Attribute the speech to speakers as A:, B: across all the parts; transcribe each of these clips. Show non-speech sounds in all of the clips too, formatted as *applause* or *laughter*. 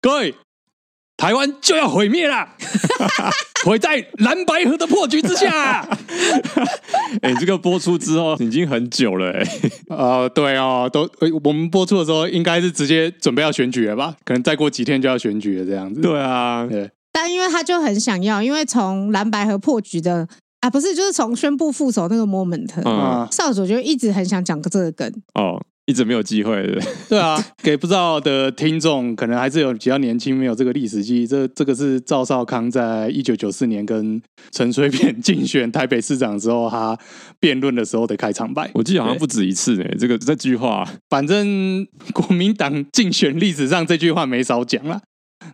A: 各位，台湾就要毁灭
B: *laughs*
A: 啦！毁在蓝白河的破局之下。
C: 哎、这个播出之
D: *laughs*
C: 后已经很久了、哎，
B: 呃，对哦，都、呃我们播出的时候应该是直接准备要选举了吧？可能再过几天就要选举了这样子。
C: 对啊，
B: 对，
D: 但因为他就很想要，因为从蓝白和破局的啊，不是，就是从宣布副手那个 moment，、
C: 嗯，
B: 啊、
D: 少佐就一直很想讲这个梗，
C: 哦，一直没有机会，对 *laughs* 不对
B: 对啊， *laughs* 给不知道的听众，可能还是有比较年轻没有这个历史记忆。这这个是赵少康在一九九四年跟陈水扁竞选台北市长之后，他辩论的时候的开场白。
C: 我记得好像不止一次呢、哎这个这句话，
B: 反正国民党竞选历史上这句话没少讲啦。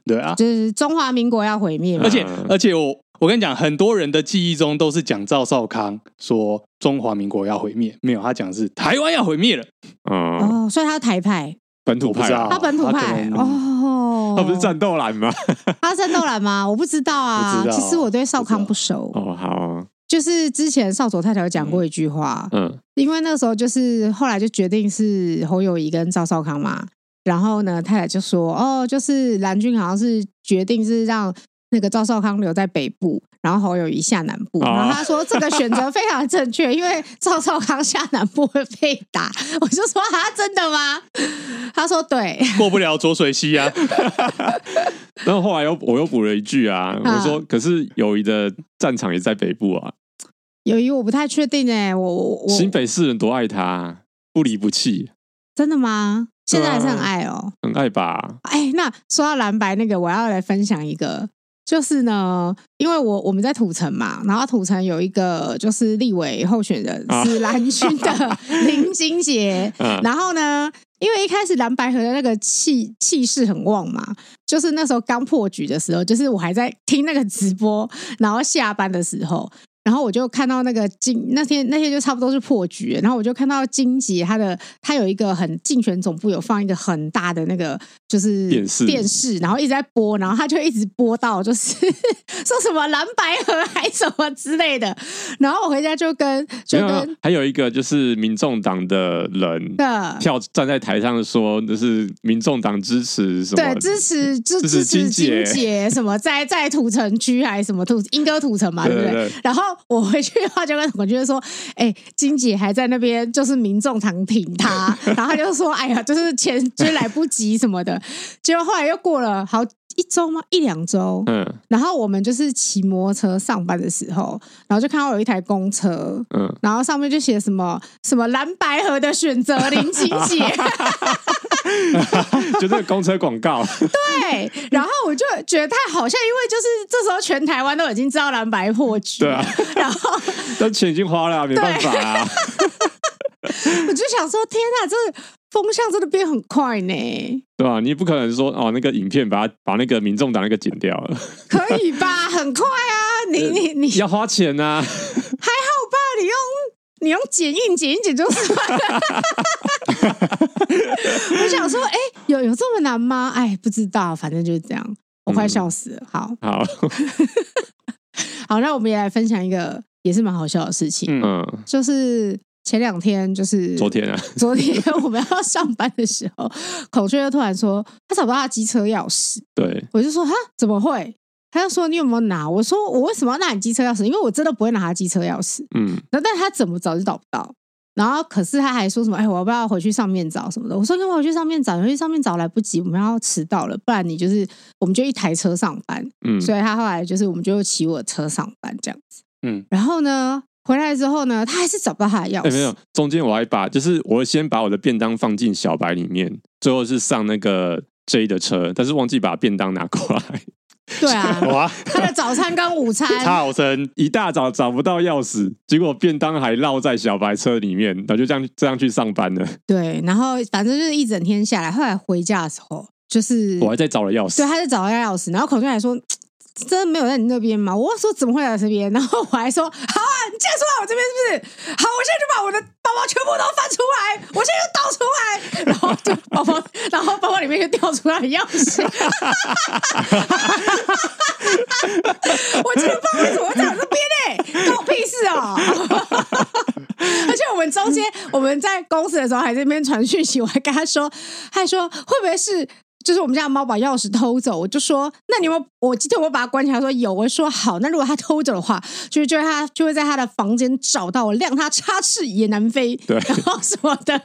B: 对啊，
D: 就是中华民国要毁灭嘛
B: *laughs* 而。且
C: 嗯
B: 而且我我跟你讲，很多人的记忆中都是讲赵少康说中华民国要毁灭，没有他讲的是台湾要毁灭了。
C: *laughs* 嗯，
D: 哦，所以他台派，
C: 本土派啊，
B: 哦
D: 他本土
B: 他可
D: 派
B: 能嗯
D: 哦，
C: 他不是战斗蓝吗？
D: 他是战斗蓝吗？我不知道啊。
B: 不知道
D: 其实我对少康
B: 不
D: 不熟，
C: 哦，好啊，
D: 就是之前少佐太太有讲过一句话，
C: 嗯，
D: 因为那个时候就是后来就决定是侯友谊跟赵少康嘛，然后呢，太太就说哦，就是蓝军好像是决定是让那个赵少康留在北部，然后侯友谊下南部，
C: 哦
D: 然后他说这个选择非常正确，因为赵少康下南部会被打，我就说啊，真的吗？他说对， *laughs*
B: 过不了浊水溪啊，
C: 然后后来又我又补了一句啊，
D: 啊
C: 我说可是友谊的战场也在北部啊，
D: 友谊我不太确定哎、我我我
C: 新北市人多爱他，不离不弃，
D: 真的吗？现在还是很
C: 对啊
D: 爱哦、
C: 很爱吧？
D: 哎，那说到蓝白那个，我要来分享一个，就是呢，因为我我们在土城嘛，然后土城有一个就是立委候选人
C: 啊
D: 是蓝军的林金杰，
C: *laughs* 嗯
D: 然后呢，因为一开始蓝白河的那个气气势很旺嘛，就是那时候刚破局的时候，就是我还在听那个直播，然后下班的时候。然后我就看到那个金那天那天就差不多是破局了，然后我就看到金杰他的他有一个很竞选总部有放一个很大的那个就是
C: 电视
D: 电视，然后一直在播，然后他就一直播到就是 *laughs* 说什么蓝白河还什么之类的，然后我回家就跟就
C: 没有啊
D: 跟，
C: 还有一个就是民众党的人
D: 的
C: 票站在台上说，就是民众党支持什么
D: 对，？支持支
C: 支持
D: 支持
C: 金姐
D: 金姐什么在在土城区还是什么土莺歌土城嘛，对
C: 对
D: 不对？
C: 对，
D: 然后我回去的话就跟我就说，哎、金姐还在那边，就是民众常挺她，然后她就说，哎呀，就是钱追来不及什么的。结果后来又过了好一周吗？一两周，
C: 嗯
D: 然后我们就是骑摩托车上班的时候，然后就看到有一台公车，
C: 嗯，
D: 然后上面就写什么什么蓝白河的选择林金
C: *laughs*
D: 姐。
C: 就这个公车广
D: *laughs*
C: 告，
D: 对，然后我就觉得太好笑，因为就是这时候全台湾都已经知道蓝白破局，
C: 对啊，
D: 然后
C: 但钱已经花了啊，没办法啊。
D: 我就想说，天哪，这风向真的变很快呢，
C: 对吧？你也不可能说哦，那个影片把它把那个民众党那个剪掉
D: *laughs*
C: 了，
D: 可以吧？很快啊，
C: 呃
D: 你你你
C: 要花钱啊呐、
D: 好吧？你用你用剪映剪一剪就算了。我想说，哎、有有这么难吗？哎，不知道，反正就是这样，我
C: 嗯
D: 快笑死了。好
C: 好，
D: 好，那我们也来分享一个也是蛮好笑的事情，
B: 嗯
C: 嗯，
D: 就是前两天就是
C: 昨天啊，
D: 昨天我们要上班的时候，孔雀又突然说他找不到他机车钥匙，
C: 对，
D: 我就说哈怎么会？他就说你有没有拿？我说我为什么要拿你机车钥匙？因为我真的不会拿他机车钥匙。
C: 嗯，
D: 然后但他怎么找就找不到。然后可是他还说什么？哎，我要不要回去上面找什么的？我说跟我回去上面找，回去上面找来不及，我们要迟到了，不然你就是我们就一台车上班。
C: 嗯，
D: 所以他后来就是我们就骑我的车上班这样子。
B: 嗯，
D: 然后呢，回来之后呢，他还是找不到他的钥
C: 哎、
D: 匙。
C: 没有，中间我还把，就是我先把我的便当放进小白里面，最后是上那个 J 的车，但是忘记把便当拿过
D: *laughs*
C: 来，
D: 对啊，
B: 哇，
D: 他的早餐跟午餐
B: 差好深，
C: 一大早找不到钥匙，结果便当还落在小白车里面，然后就这样这样去上班了，
D: 对，然后反正就是一整天下来，后来回家的时候，就是
C: 我还在找了钥匙
D: 对，，他就找到钥匙，然后孔雀还说。嘖真的没有在你那边吗？我说怎么会来这边？然后我还说好啊，你竟然说到我这边是不是？好，我现在就把我的包包全部都翻出来，我现在就倒出来， *laughs* 然后就包包， *laughs* 然后包包里面就掉出来钥匙。 *laughs* 我真的不知道为什么会在我这边呢、欸关我屁事哦、 *laughs* 而且我们中间我们在公司的时候还在那边传讯息，我还跟他说，他还说会不会是就是我们家的猫把钥匙偷走，我就说，那你有没有？我记得我把它关起来，说有。我就说好，那如果它偷走的话，就是就是它就会在它的房间找到我，晾它插翅也难飞，
C: 对
D: 然后什么的，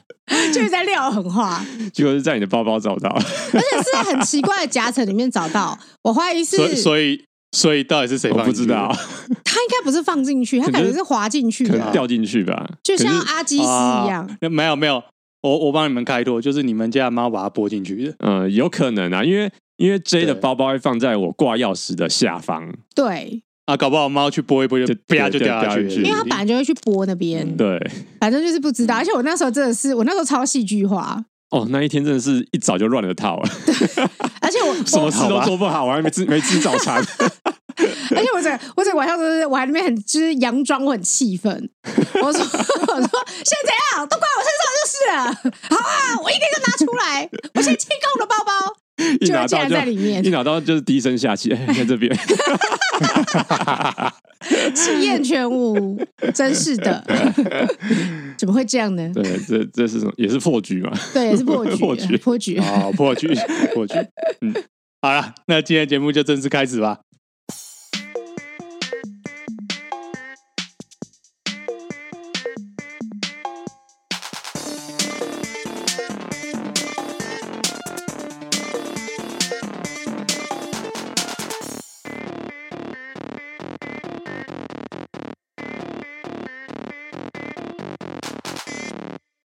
D: 就是在撂狠话，
C: 结果是在你的包包找到，
D: 而且是在很奇怪的夹层里面找到。我怀疑是
B: 所以所以所以到底是谁
C: 我
B: 放
C: 不
B: 进去
C: 知
B: 的？
C: 道，
D: 它应该不是放进去，它
C: 可
D: 感觉
C: 是
D: 是滑进去
C: 可
D: 的
C: 能，掉进去吧，
D: 就像
C: 可是
D: 阿基斯一样。
B: 啊。那没有没有，我我帮你们开脱，就是你们家的猫把它拨进去的。
C: 呃，有可能啊，因为因为 J 的
B: 对
C: 包包会放在我挂钥匙的下方，
D: 对，
B: 啊，搞不好猫去拨一拨就
C: 就
B: 啪就
C: 对
B: 掉下
C: 掉
B: 去
C: 下
B: 了，
C: 去
D: 因为它本来就会去拨那边，
B: 嗯
C: 对，
D: 反正就是不
C: 嗯
D: 知道。而且我那时候真的是，我那时候超戏剧化，
C: 哦，那一天真的是一早就乱了套了，
D: 而且我
C: *laughs* 什么
D: 我
C: 事都做不 *laughs* 好，我还没吃没吃早餐，
D: 而且我整我整晚上都是我还里面很就是佯装我很气愤，我说 *laughs* 我说现在怎样都怪我身上就是了，好啊，我一个一个拿出来，我先清空我的包包，
C: 一
D: *laughs* 就
C: 拿
D: 竟
C: 到
D: 然
C: 就
D: 在里
C: *laughs*
D: 面
C: 一拿到就是低声下气，哎，在这
D: *laughs*
C: 边，
D: 气焰全无，真是的， *laughs* 怎么会这样呢？
C: 对，这这是什么？也是破局嘛？
D: 对，也是破局，
C: *laughs* 破局
D: 破局。
B: 哦，破局 *laughs* 破局。嗯，好了，那今天节目就正式开始吧。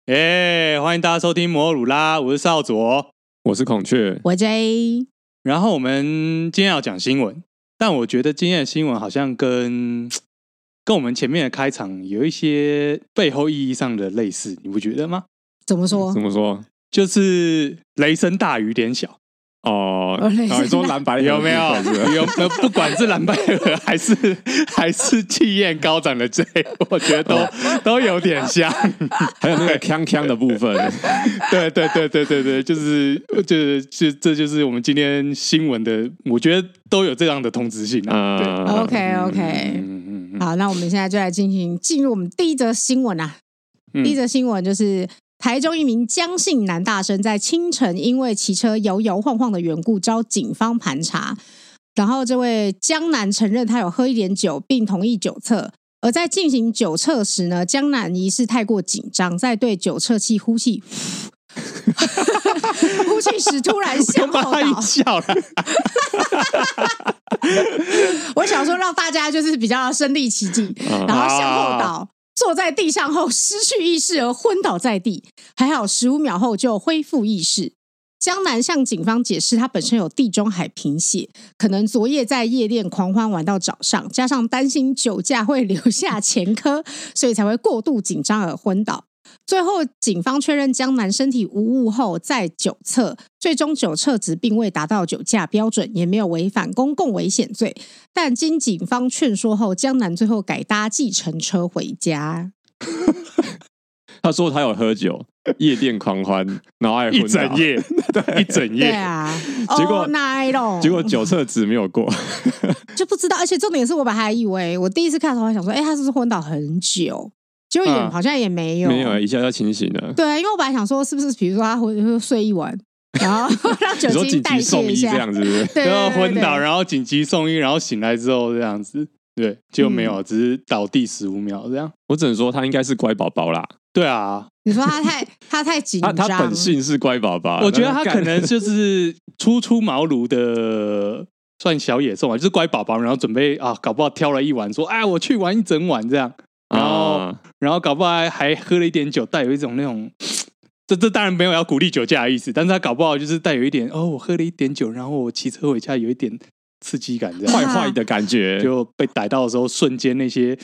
B: 耶哎欢迎大家收听摩尔鲁拉，我是少佐。
C: 我是孔雀，
D: 我 J
B: 然后我们今天要讲新闻，但我觉得今天的新闻好像跟跟我们前面的开场有一些背后意义上的类似，你不觉得吗？
D: 怎么说
C: 怎？么说？
B: 就是雷声大雨点小，
C: 哦，
D: 哦类似
C: 哦你说蓝白
B: 有没有
C: 是不是？？
B: 有没有？不管是蓝白河还是 *laughs* 还是气焰高涨的 J，我觉得都 *laughs* 都有点像。
C: 还有那个锵锵的部分，
B: 对对对对对对，就是就是这这就是我们今天新闻的，我觉得都有这样的通知性
D: *laughs*
B: 啊。对，
C: 嗯
D: OK OK，
B: 嗯嗯嗯。
D: 好，那我们现在就来进行进入我们第一则新闻啊。
B: 嗯
D: 第一则新闻就是台中一名江姓男大生在清晨因为骑车摇摇晃晃的缘故遭警方盘查，然后这位江南承认他有喝一点酒，并同意酒测。而在进行酒测时呢，江南疑似太过紧张，在对酒测器呼气。 *laughs* 呼气时突然向
B: 又把
D: 后
B: 他一
D: 倒，
B: 笑了，
D: 我想说让大家就是比较身临其境，
C: 嗯
D: 然后向后倒，坐在地上后失去意识而昏倒在地，还好十五秒后就恢复意识。江南向警方解释，他本身有地中海贫血，可能昨夜在夜店狂欢玩到早上，加上担心酒驾会留下前科， *laughs* 所以才会过度紧张而昏倒。最后，警方确认江南身体无误后再酒测，最终酒测值并未达到酒驾标准，也没有违反公共危险罪。但经警方劝说后，江南最后改搭计程车回家。
C: 他说他有喝酒，夜店狂欢，然后还昏
B: *laughs* 一
C: 倒
B: 整，夜， *laughs* 一整
D: 对
B: 夜，
D: 啊，
C: *laughs* 结果
D: all night long，
C: 结果酒测值没有过，
D: 哦就不知道。而且重点是我本来还以为，我第一次看的时候还想说，哎、他是不是昏倒很久？结果也、
B: 嗯
D: 好像也没有，
C: 没有，一下就清醒了。
D: 对啊，因为我本来想说，是不是比如说他回就睡一晚，然后 *laughs* 让酒
C: 你说
D: 精
C: 紧
D: 代
C: 急
D: 谢
C: 送
D: 一
C: 医这
D: 下，
C: 样子，是不是
D: 对，对
B: 然后昏倒，
D: 对
B: 然后紧急送医，然后醒来之后这样子，对，就没
D: 嗯
B: 有，只是倒地十五秒这样。
C: 我只能说他应该是乖宝宝啦，
B: 对啊，
D: 你说他太他太紧
C: 他
D: 张，
C: 他本性是乖宝宝，
B: 我觉得他
C: 干
B: 可能就是初出茅庐的，算小野兽嘛， *laughs* 就是乖宝宝，然后准备啊，搞不好挑了一晚，说哎，我去玩一整晚这样，然后
C: 啊
B: 然后搞不好还还喝了一点酒，带有一种那种，这这当然没有要鼓励酒驾的意思，但是他搞不好就是带有一点哦，我喝了一点酒，然后我骑车回家有一点刺激感，这 *laughs* 样
C: 坏坏的感觉，
B: 就被逮到的时候，瞬间那些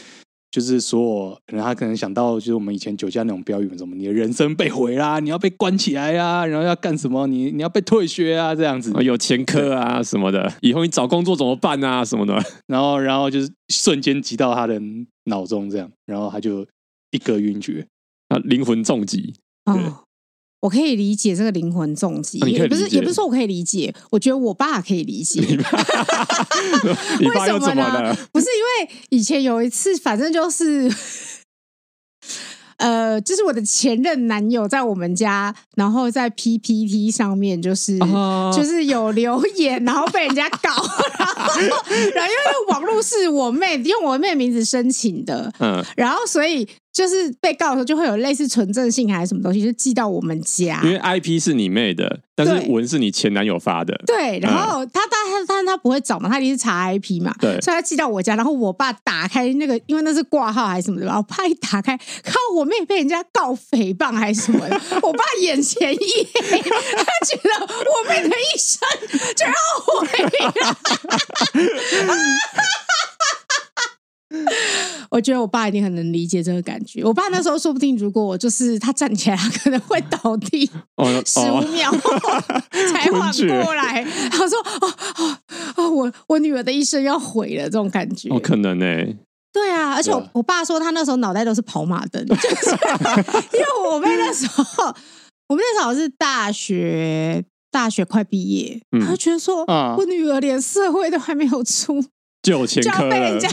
B: 就是所有，可能他可能想到就是我们以前酒驾那种标语，什么你的人生被毁啦，你要被关起来啊，然后要干什么，你你要被退学啊这样子，
C: 啊有前科啊什么的，以后你找工作怎么办啊什么的，
B: 然后然后就是瞬间击到他的脑中这样，然后他就一个晕厥。
C: 啊灵魂重
D: *laughs*
C: 击，
B: 对
D: 哦，我可以理解这个灵魂重击，
C: 啊你可以
D: 也不是
C: 理解
D: 也不是说我可以理解，我觉得我爸可以理解。
C: 你
D: 为
C: 爸
D: 什
C: 又
D: 么
C: 怎么
D: 呢
C: 了？？
D: 不是因为以前有一次，反正就是呃，就是我的前任男友在我们家，然后在 PPT 上面就是、
C: 啊
D: 就是有留言，然后被人家搞，然后然后因为那网络是我妹用我妹的名字申请的，
C: 嗯，
D: 然后所以就是被告的时候就会有类似纯正信还是什么东西，就寄到我们家
C: 因。为 IP 是你妹的，但是
D: 对
C: 文是你前男友发的，
D: 对，然后他但他但他不会找嘛，他一定是查 IP 嘛，
C: 对
D: 所以他寄到我家，然后我爸打开那个，因为那是挂号还是什么的吧，我爸一打开，靠，我妹被人家告诽谤还是什么的，我爸眼前一黑，他觉得我妹的一生就让我毁了。我觉得我爸一定很能理解这个感觉。我爸那时候说不定，如果我就是他站起来，他可能会倒地。
C: 哦
D: 十五
C: 哦， *laughs*
D: 秒后才
C: 昏
D: 缓
C: 厥
D: 过来。他说：“哦哦哦，我我女儿的一生要毁了，这种感觉。
C: 哦，可能呢、
D: 对啊，而且我,、
C: 对啊
D: 我爸说他那时候脑袋都是跑马灯，就是 *laughs* 因为我妹那时候，我们那时候是大学。”大学快毕业，
C: 嗯
D: 他就觉得说，
B: 啊
D: 我女儿连社会都还没有出，
C: 就有前
D: 就要
C: 科
D: 被
C: 了
D: 人家。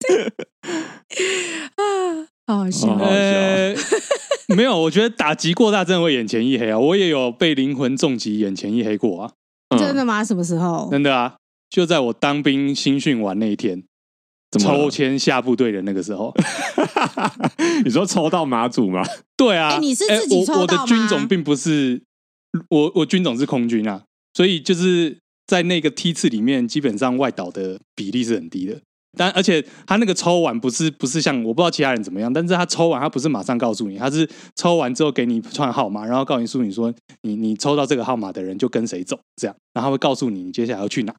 D: 对
C: *laughs*
D: *laughs* 啊，好好笑。
C: 哦好笑
B: 呃，没有，我觉得打击过大真的会眼前一黑啊！我也有被灵魂重击眼前一黑过啊，
C: 嗯
D: 真的吗？什么时候？
B: 真的啊！就在我当兵新训完那一天，
C: 怎么
B: 抽
C: 了？
B: 签下部队的那个时候，
C: *laughs* 你说抽到马祖吗？
B: 对啊，
D: 哎你是
B: 哎
D: 自己抽
B: 我我的
D: 到吗
B: 军种并不是我，我军种是空军啊，所以就是在那个梯次里面，基本上外岛的比例是很低的。但而且他那个抽完不是不是像我不知道其他人怎么样，但是他抽完他不是马上告诉你，他是抽完之后给你串号码，然后告诉你说你你抽到这个号码的人就跟谁走这样，然后他会告诉你你接下来要去哪。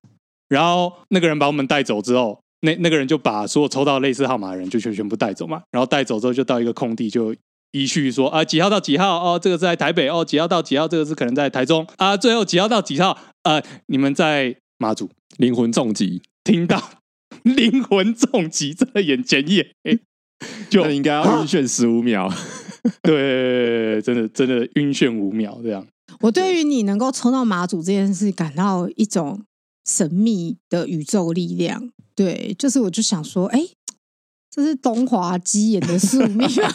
B: 然后那个人把我们带走之后，那那个人就把所有抽到类似号码的人就全全部带走嘛。然后带走之后就到一个空地，就依序说啊几号到几号哦，这个是在台北哦，几号到几号这个是可能在台中啊，最后几号到几号呃，你们在马祖
C: 灵魂重击，
B: 听到 *laughs* 灵魂重击，真的眼前一黑， *laughs*
C: *laughs*
B: 就
C: 那应该要晕眩十五
D: *laughs*
C: 秒。
B: 对，真的真的晕眩五秒这样。
D: 我对于你能够抽到马祖这件事感到一种神秘的宇宙力量。对，就是我就想说，哎、这是东华鸡眼的宿命吗，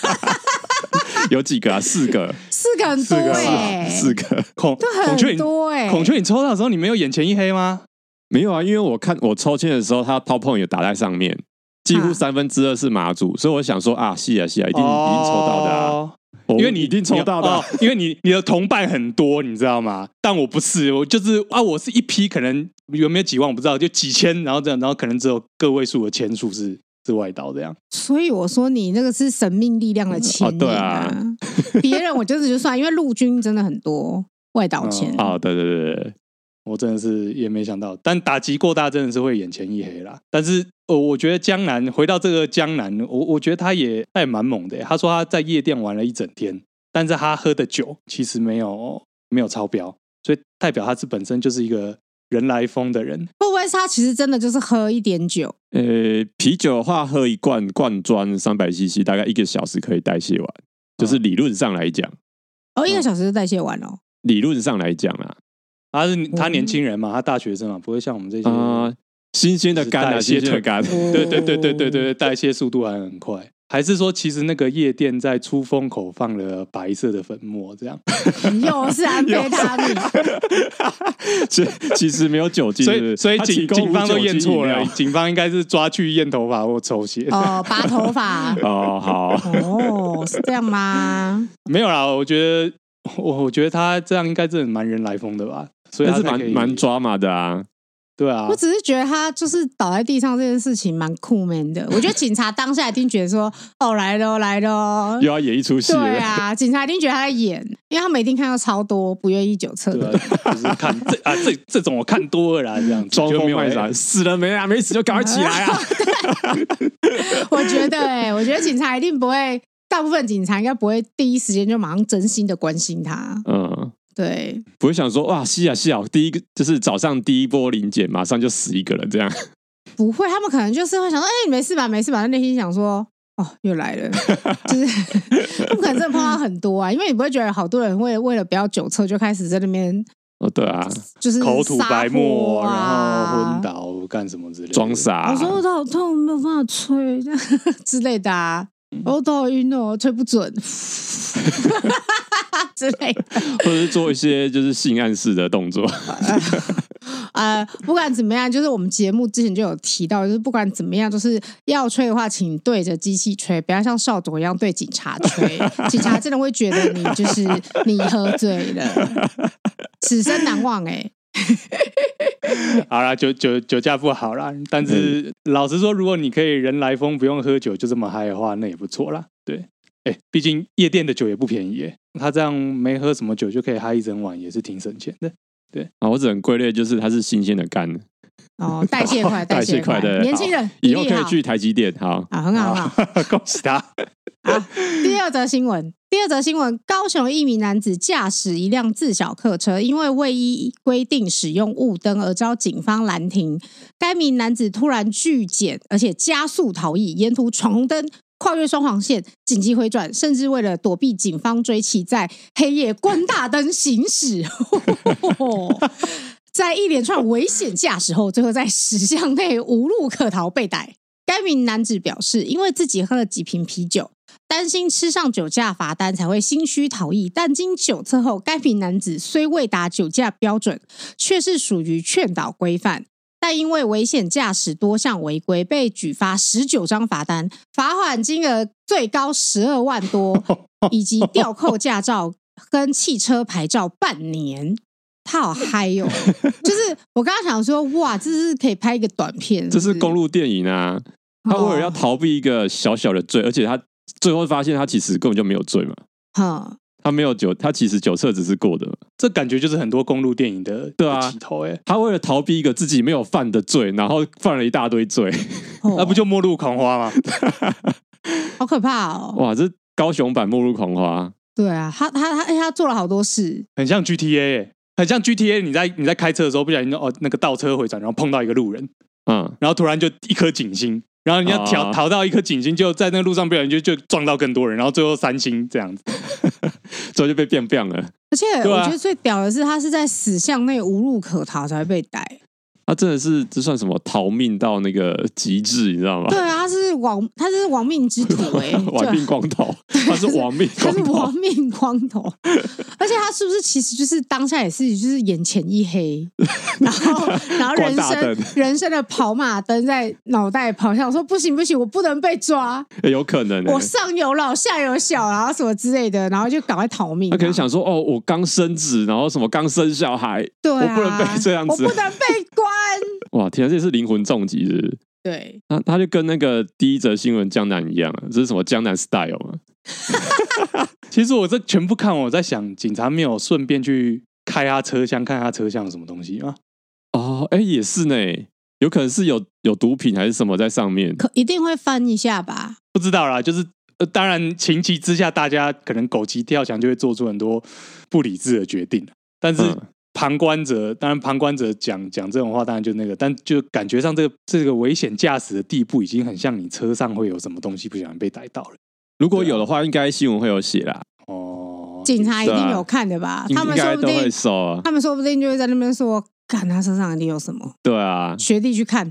C: 有几个啊？四个，
D: 四个很
B: 四
D: 多
B: 个
D: 哎、
C: 四个。
B: 孔
D: 都
B: 孔雀
D: 很
B: 你
D: 多哎、
B: 孔雀你抽到的时候你没有眼前一黑吗？
C: 没有啊，因为我看我抽签的时候，他 top point 也打在上面，几乎
D: 啊
C: 三分之二是马祖，所以我想说啊，是啊是啊，一定、一定抽到的啊，
B: 哦
C: 我
B: 因为你
C: 一定抽到的啊、
B: 哦因为你你的同伴很多，你知道吗？但我不是，我就是啊，我是一批，可能有没有几万我不知道，就几千，然后这样，然后可能只有个位数的签数是是外岛这样。
D: 所以我说你那个是神命力量的前
C: 哦
D: 沿
C: 对啊
D: *laughs* 别人我真的就算，因为陆军真的很多外岛前。
C: 哦，对对对对，
B: 我真的是也没想到，但打击过大真的是会眼前一黑啦。但是呃，我觉得江南回到这个江南，我我觉得他也他也蛮猛的耶。他说他在夜店玩了一整天，但是他喝的酒其实没有没有超标，所以代表他是本身就是一个人来疯的人。
D: 会不会是他其实真的就是喝一点酒？
C: 呃，啤酒的话，喝一罐罐装三百 CC，大概一个小时可以代谢完，就是理论上来讲，
D: 哦，一个小时就代谢完了、哦
C: 理论上来讲啊，
B: 他是他年轻人嘛，他大学生嘛，不会像我们这些。
C: 啊、新鲜的肝啊，
B: 就是代谢
C: 新鲜的肝，
B: 对对对对对对对，代谢速度还很快。还是说，其实那个夜店在出风口放了白色的粉末，这样，
D: *laughs* 又是安非他命，
C: *laughs* 其其实没有酒精，
B: 所
C: 是不
B: 以
C: 是
B: 所以
C: 它提
B: 警
C: 供
B: 警方都
C: 无酒精
B: 验错
C: 饮
B: 了，哦
C: 料
B: 警方应该是抓去验头发或抽血。
D: 哦，拔头发，
B: *laughs*
C: 哦，好，
D: 哦，是这样吗？
B: 没有啦，我觉得我我觉得他这样应该真的蛮人来疯的吧，所以他
C: 但是
B: 才
C: 蛮
B: 可以
C: 蛮抓马的啊，
B: 对啊
D: 我，只是觉得他就是倒在地上这件事情蛮酷 man 的。我觉得警察当下一定觉得说，哦，来喽，来喽。
C: 又要演一出戏
D: 对
C: 了。
D: 啊，警察一定觉得他在演，因为他们一定看到超多不愿意酒测
B: 对
D: 的。
B: 啊，就是看这啊这这种我看多了啦，这样子
C: 装
B: 就
C: 疯
B: 没有哎
C: 卖傻，死了没啊？没死就赶快起来啊！
D: *laughs* 我觉得、哎，我觉得警察一定不会，大部分警察应该不会第一时间就马上真心的关心他。
C: *laughs* 嗯，
D: 对，
C: 不会想说哇，是啊是啊，第一个就是早上第一波临检，马上就死一个人这样。 *laughs*
D: 不会，他们可能就是会想说，哎、你没事吧，没事吧，内心想说。哦，又来
B: *laughs*
D: 了，就是他们可能真的碰到很多啊，因为你不会觉得好多人会为了不要酒测就开始在那边
C: 哦，对啊，
D: 就是
B: 口吐白沫，
D: 撒泼
B: 然
D: 啊
B: 后昏。倒干什么之类的，
C: 装傻
D: 我。说我头好痛，我没有办法吹 *laughs* 之类的啊。我头好晕哦，吹不准 *laughs* 之类的。
C: 或者是做一些就是性暗示的动作， *laughs*
D: 呃，不管怎么样，就是我们节目之前就有提到，就是不管怎么样，就是要吹的话，请对着机器吹，不要像少佐一样对警察
C: *laughs*
D: 吹，警察真的会觉得你就是你喝醉了，此生难忘哎、
B: 好啦，酒酒酒驾不好啦，但
D: 嗯
B: 是老实说，如果你可以人来疯，不用喝酒就这么嗨的话，那也不错啦。对，哎，毕竟夜店的酒也不便宜耶，他这样没喝什么酒就可以嗨一整晚，也是挺省钱的。
C: 啊，我只能归类就是它是新鲜的肝，
D: 哦，代谢快，
C: 代谢
D: 谢
C: 快的
D: 年轻人
C: 以后
D: 体力
C: 可以
D: 好
C: 去台积电。好，
D: 啊，很好很好。
B: *laughs* 恭喜他！
D: *laughs* 第二则新闻，第二则新闻，高雄一名男子驾驶一辆自小客车，因为未依规定使用雾灯而遭警方拦停。该名男子突然巨减，而且加速逃逸，沿途闯红灯。跨越双黄线，紧急回转，甚至为了躲避警方追击，在黑夜关大灯行驶。 *laughs* 在一连串危险驾驶后，最后在十项内无路可逃被逮。该名男子表示，因为自己喝了几瓶啤酒，担心吃上酒驾罚单才会心虚逃逸，但经酒测后，该名男子虽未达酒驾标准，却是属于劝导规范。但因为危险驾驶多项违规，被举发十九张罚单，罚款金额最高十二万多，以及吊扣驾照跟汽车牌照半年。他好
C: *laughs*
D: 嗨哟、就是我刚刚想说，哇，这是可以拍一个短片，
C: 这是公路电影啊，
D: 哦
C: 他为了要逃避一个小小的罪，而且他最后发现他其实根本就没有罪嘛，
D: 哈、嗯
C: 他没有酒，他其实酒测只是过的嘛。
B: 这感觉就是很多公路电影的
C: 对啊
B: 的起头哎，
C: 他为了逃避一个自己没有犯的罪，然后犯了一大堆罪， *laughs*
D: 哦
C: 啊
B: 那不就末路狂花吗？
D: 好可怕哦！
C: 哇！这高雄版《末路狂花》
D: 对啊，他他他，而且他做了好多事，
B: 很像 GTA，欸很像 GTA。你在你在开车的时候，不小心哦那个倒车回转，然后碰到一个路人，
C: 嗯，
B: 然后突然就一颗警星，然后你要逃、
C: 哦
B: 逃到一颗警星，就在那个路上不小心就就撞到更多人，然后最后三星这样子。
C: 最后就被变变了。
D: 而且
B: 对啊
D: 我觉得最屌的是，他是在死巷内无路可逃才会被逮。
C: 他真的是这算什么逃命到那个极致，你知道吗 *laughs*
D: 对？啊，他是亡，他是亡命之徒哎、欸，
C: 哦亡
D: 对
C: 命
D: 啊
C: 光头，他是亡命
D: 他
C: 光
D: 是亡
C: 头，
D: 命光
C: *laughs*
D: 头，而且他是不是其实就是当下也是就是眼前一
C: *laughs*
D: 黑，然后然后人
C: 关大
D: 生
C: 灯
D: 人生的跑马灯在脑袋跑，想说不行不行，我不能被抓，
C: 欸有可能、欸。
D: 我上有老下有小，然后什么之类的，然后就赶快逃命
C: 他
D: 啊。
C: 可能想说，哦，我刚生子，然后什么刚生小孩，
D: 对、啊，
C: 我不能被这样子
D: 我不能被
C: *laughs*
D: 关。
C: 哇，天啊，这是灵魂重击是不是
D: 对，
C: 那他就跟那个第一则新闻江南一样啊，这是什么江南 style 啊？
B: 其实我这全部看完，我在想，警察没有顺便去开他车厢，看他车厢有什么东西吗？
C: 哦，哎、也是呢，有可能是有有毒品还是什么在上面。
D: 可一定会翻一下吧？
B: 不知道啦，就是。呃，当然，情急之下，大家可能狗急跳墙，就会做出很多不理智的决定。但是
C: 嗯
B: 旁观者，当然旁观者讲讲这种话，当然就那个，但就感觉上这个这个危险驾驶的地步，已经很像你车上会有什么东西不小心被逮到了。
C: 如
D: 啊
C: 果有的话，应该新闻会有写啦，
B: 哦，
D: 警察一定
C: 对啊
D: 有看的吧？
C: 应
D: 他
C: 应
D: 们
C: 该
D: 说不
C: 都会
D: 定，
C: 收啊。
D: 他们说不定就会在那边说，看他身上一定有什么。
C: 对啊，
D: 学弟
C: *laughs*
D: 去看，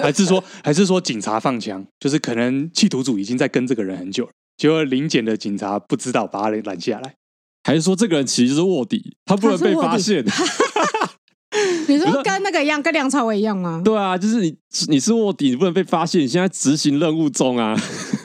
B: 还是
D: *laughs*
B: 说，还是说警察放枪，就是可能企图组已经在跟这个人很久了，结果临检的警察不知道，把他拦下来。
C: 还是说这个人其实是卧底，他不能被发
D: *laughs*
C: 现。
D: 你说跟那个一样，跟梁朝伟一样吗？
C: 对啊，就是你你是卧底，你不能被发现，你现在执行任务中啊。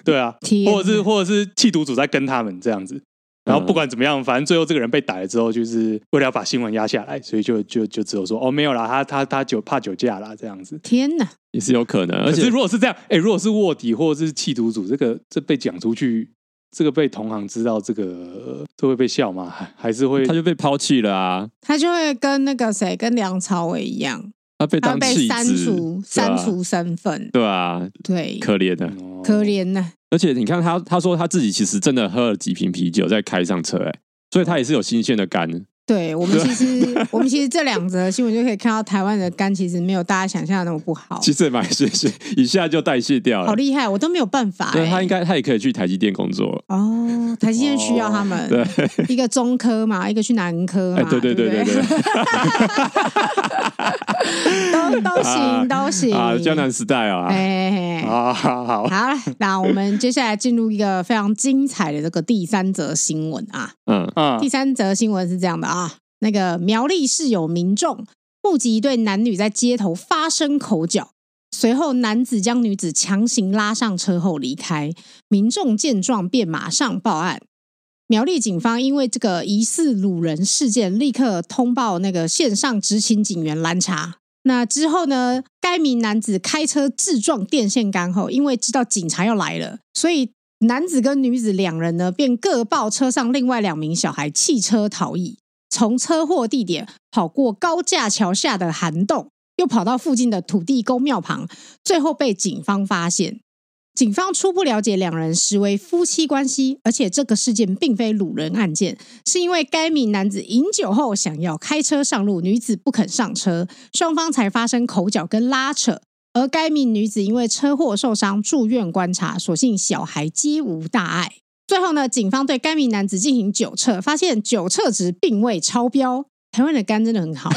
B: 对啊
D: 天，哪嗯
B: 或者是或者是企图组在跟他们这样子。然后不管怎么样，反正最后这个人被逮了之后，就是为了要把新闻压下来，所以就就就只有说哦没有啦，他他他酒怕酒驾啦这样子。
D: 天哪！
C: 也是有可能，而
B: 可是
C: 且
B: 如果是这样，哎，如果是卧底或者是企图组，这个这被讲出去，这个被同行知道，这个这会被笑吗？还还是会
C: 他就被抛弃了啊，
D: 他就会跟那个谁，跟梁朝伟一样，
C: 他被
D: 他
C: 当
D: 会
C: 弃
D: 被删
C: 子对
D: 除、，删
C: 啊
D: 除身份，
C: 对啊，
D: 对，
C: 可怜的。
B: 哦
D: 可怜啊呐！
C: 而且你看他，他说他自己其实真的喝了几瓶啤酒再开上车、欸，所以他也是有新鲜的肝。
D: 对我们其
C: 啊
D: 实， *laughs* 我们其实这两则新闻就可以看到，台湾的肝其实没有大家想象的那么不好，
C: 其实也蛮新鲜，一下就代谢掉
D: 好
C: 了。
D: 厉害，我都没有办法欸。
C: 对他应该他也可以去台积电工作。
D: 哦，台积电需要他们，
C: 哦对，
D: *laughs*
C: 哎
D: 一个中科嘛，一个去南科嘛，
C: 哎，对对
D: 对
C: 对对
D: 不
C: 对，
D: *laughs* 都都行
C: 啊
D: 都行 *laughs*
C: 啊，江南时代啊，
D: 哎，
B: 啊，好好，
D: 好了，那我们接下来进入一个非常精彩的这个第三则新闻啊。
C: 嗯，
B: 啊
D: 第，三则新闻是这样的啊，那个苗栗市有民众目击一对男女在街头发生口角，随后男子将女子强行拉上车后离开，民众见状便马上报案。苗栗警方因为这个疑似掳人事件，立刻通报那个线上执勤警员拦查。那之后呢？该名男子开车自撞电线杆后，因为知道警察要来了，所以男子跟女子两人呢，便各抱车上另外两名小孩弃车逃逸，从车祸地点跑过高架桥下的涵洞，又跑到附近的土地公庙旁，最后被警方发现。警方初步了解，两人实为夫妻关系，而且这个事件并非掳人案件，是因为该名男子饮酒后想要开车上路，女子不肯上车，双方才发生口角跟拉扯。而该名女子因为车祸受伤住院观察，所幸小孩皆无大碍。最后呢，警方对该名男子进行酒测，发现酒测值并未超标。台湾的肝真的很好，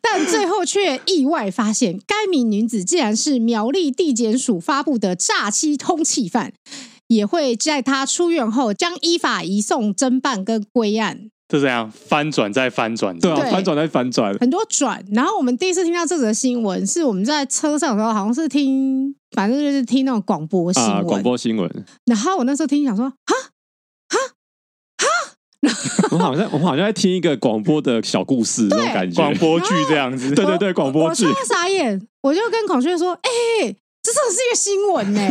D: 但最后却意外发现，该名女子竟然是苗栗地检署发布的诈欺通缉犯，也会在他出院后将依法移送侦办跟归案。
B: 就这样翻转再翻转，
C: 对啊
D: 对，
C: 反转再反转，
D: 很多转。然后我们第一次听到这则新闻，是我们在车上的时候，好像是听，反正就是听那种广播新闻。
C: 啊，广播新闻，
D: 然后我那时候听想说，啊，
C: 我好像我好像在听一个广播的小故事那种感觉，
B: 广播剧这样子，
C: 对对啊对，广播
D: 我
C: 剧
D: 超，傻眼，我就跟孔雀说，哎、这真的是一个新闻呢、
C: *laughs*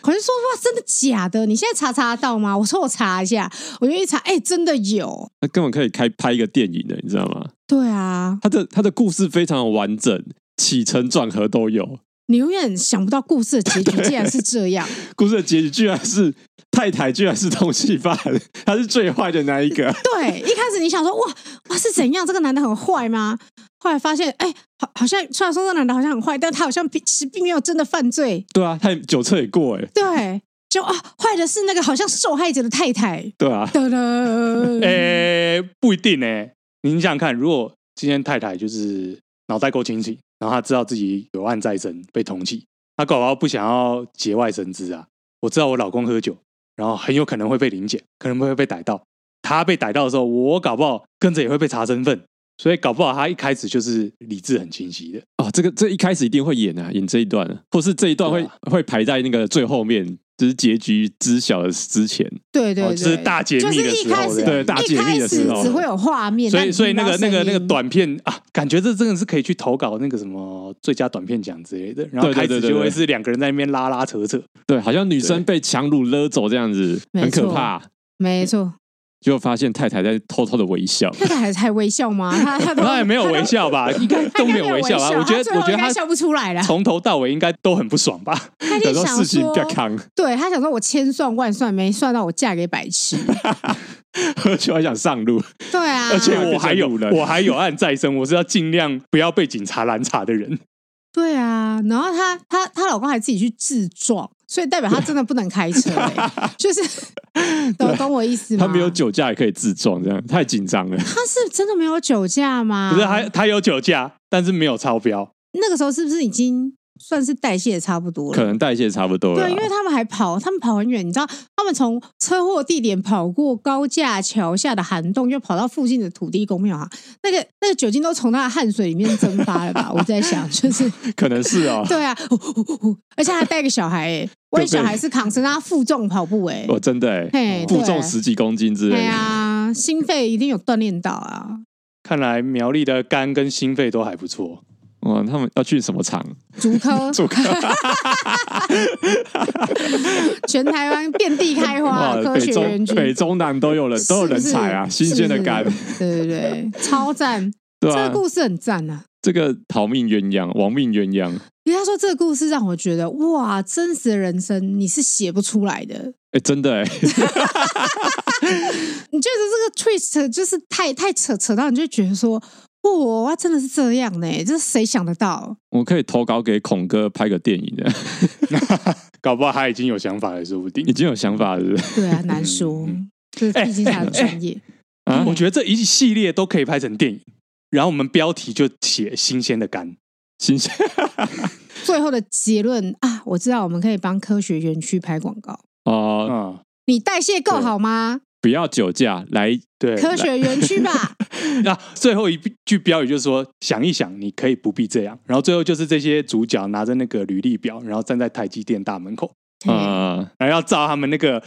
D: 孔雀说：“哇，真的假的？你现在查查得到吗？”我说：“我查一下。”我就一查，哎、真的有。
C: 那根本可以开拍一个电影的，你知道吗？
D: 对啊，
C: 它的它的故事非常完整，起承转合都有。
D: 你永远想不到故事的结局竟然是这样。
C: 故事的结局居然是太太居然是通缉犯，他是最坏的那一个。
D: 对，一开始你想说哇哇是怎样？这个男的很坏吗？后来发现，哎、好，好像虽然说这男的好像很坏，但他好像并其实并没有真的犯罪。
C: 对啊，他酒测也过哎、
D: 对，就啊，坏的是那个好像受害者的太太。
C: 对啊，
D: 噔噔，
B: *laughs* 诶、不一定诶、你想想看，如果今天太太就是脑袋够清醒，然后她知道自己有案在身，被通缉，她搞不好不想要节外生枝啊。我知道我老公喝酒，然后很有可能会被临检，可能会被逮到。他被逮到的时候，我搞不好跟着也会被查身份，所以搞不好他一开始就是理智很清晰的。
C: 哦，这个这一开始一定会演啊，演这一段、啊，或是这一段会、
B: 对啊
C: 会排在那个最后面，就是结局知晓的之前。
D: 对对
B: 哦
D: 对，
B: 就是大解密的
D: 就是一
B: 时候
D: 开始
B: 这样
C: 对大解密的时候
D: 一开始只会有画面，
B: 所
D: 但
B: 以，
D: 你
B: 所以
D: 听
B: 那
D: 不
B: 个
D: 到
B: 那个那个
D: 声音
B: 短片啊，感觉这真的是可以去投稿那个什么最佳短片奖之类的。然后
C: 对对
B: 开
C: 对
B: 始
C: 对
B: 就会
C: 对
B: 是两个人在那边拉拉扯扯，
C: 对，好像女生被强掳勒走这样子，
D: 没
C: 很可
D: 错
C: 怕。
D: 没错，
C: 结果发现太太在偷偷的微笑，
D: 太太还还微笑
B: *laughs*
D: 吗？他他都
B: 他也没有微，笑吧？应该
D: 他
B: 都没有微
D: 微
B: 笑吧？我觉
D: *laughs* 他
B: 得，
D: 最
B: 我
D: 后
B: 觉得
D: 应该
B: 他
D: 笑不出来啊了。
B: 从头到尾应该都很不爽吧？
D: 他就
C: 很多
D: 想
C: 事情
D: 说
C: 不要 *laughs* 扛，
D: 对他想说，我千算万算没算到我嫁给白痴。
C: 喝酒还想上路，
D: 对啊，
B: 而且我还有
C: 变成路人
B: 我还有案在身，我是要尽量不要被警察拦查的人。
D: 对啊，然后她她她老公还自己去自撞，所以代表她真的不能开
C: *laughs*
D: 车、欸，就是懂懂我意思吗？
C: 啊他没有，酒驾也可以自撞，这样太紧张了。
D: 他是真的没有酒驾吗？
B: 不是他他有酒驾，但是没有超标。
D: 那个时候是不是已经算是代谢差不多了？
C: 可能代谢差不多了啊。
D: 对，因为他们还跑，他们跑很远，你知道，他们从车祸地点跑过高架桥下的涵洞，又跑到附近的土地公庙啊，那个那个酒精都从他的汗水里面蒸发了吧？我在想，就是。
C: 可能是哦
D: *laughs* 对啊，呼呼呼呼而且还带个
C: *laughs*
D: 小孩、欸，万一小孩是扛着他负重跑步、欸，
C: 哦，真的
D: 嘿
C: 哎，负
D: 对啊
C: 重十几公斤之类
D: 对
C: 的，
D: 啊，心肺一定有锻炼到啊。
B: 看来苗栗的肝跟心肺都还不错。
C: 哇，他们要去什么场？*laughs*
D: 竹科，竹科，全台湾遍地开
C: *laughs*
D: 花，科
C: 北
D: 学园
C: 中
D: 区，
C: 北中南都有人，都有人才啊，
D: 是不是
C: 新鲜的肝，
D: 是不是对对
C: *laughs*
D: 对，超赞！
C: 对
D: 这个
C: 吧？
D: 故事很赞啊。
C: 这个逃命鸳鸯，亡命鸳鸯，
D: 人家说这个故事让我觉得，哇，真实的人生你是写不出来的。
C: 哎，真的哎， *laughs*
D: 你觉得这个 twist 就是太太扯扯到，你就觉得说，哦哇，真的是这样呢、这是谁想得到？
C: 我可以投稿给孔哥拍个电影的， *laughs*
B: 搞不好他已经有想法了，说不定
C: 已。经有想法了是不是。
D: 对啊，难
C: 嗯哎 *laughs*
D: 说，这毕竟是他的专业。
C: 啊
D: 嗯
B: 我觉得这一系列都可以拍成电影，然后我们标题就写新鲜的肝，
C: 新鲜。
D: 最后的结论啊，我知道我们可以帮科学园区拍广告。
C: 哦，
B: 嗯，
D: 你代谢够好吗？
C: 不要酒驾，来
B: 对，
D: 科学园区
C: *laughs*
D: 吧，
B: 那最后一句标语就是说：想一想，你可以不必这样。然后最后就是这些主角拿着那个履历表，然后站在台积电大门口，
D: 嘿
C: 呃，
B: 然后要照他们那个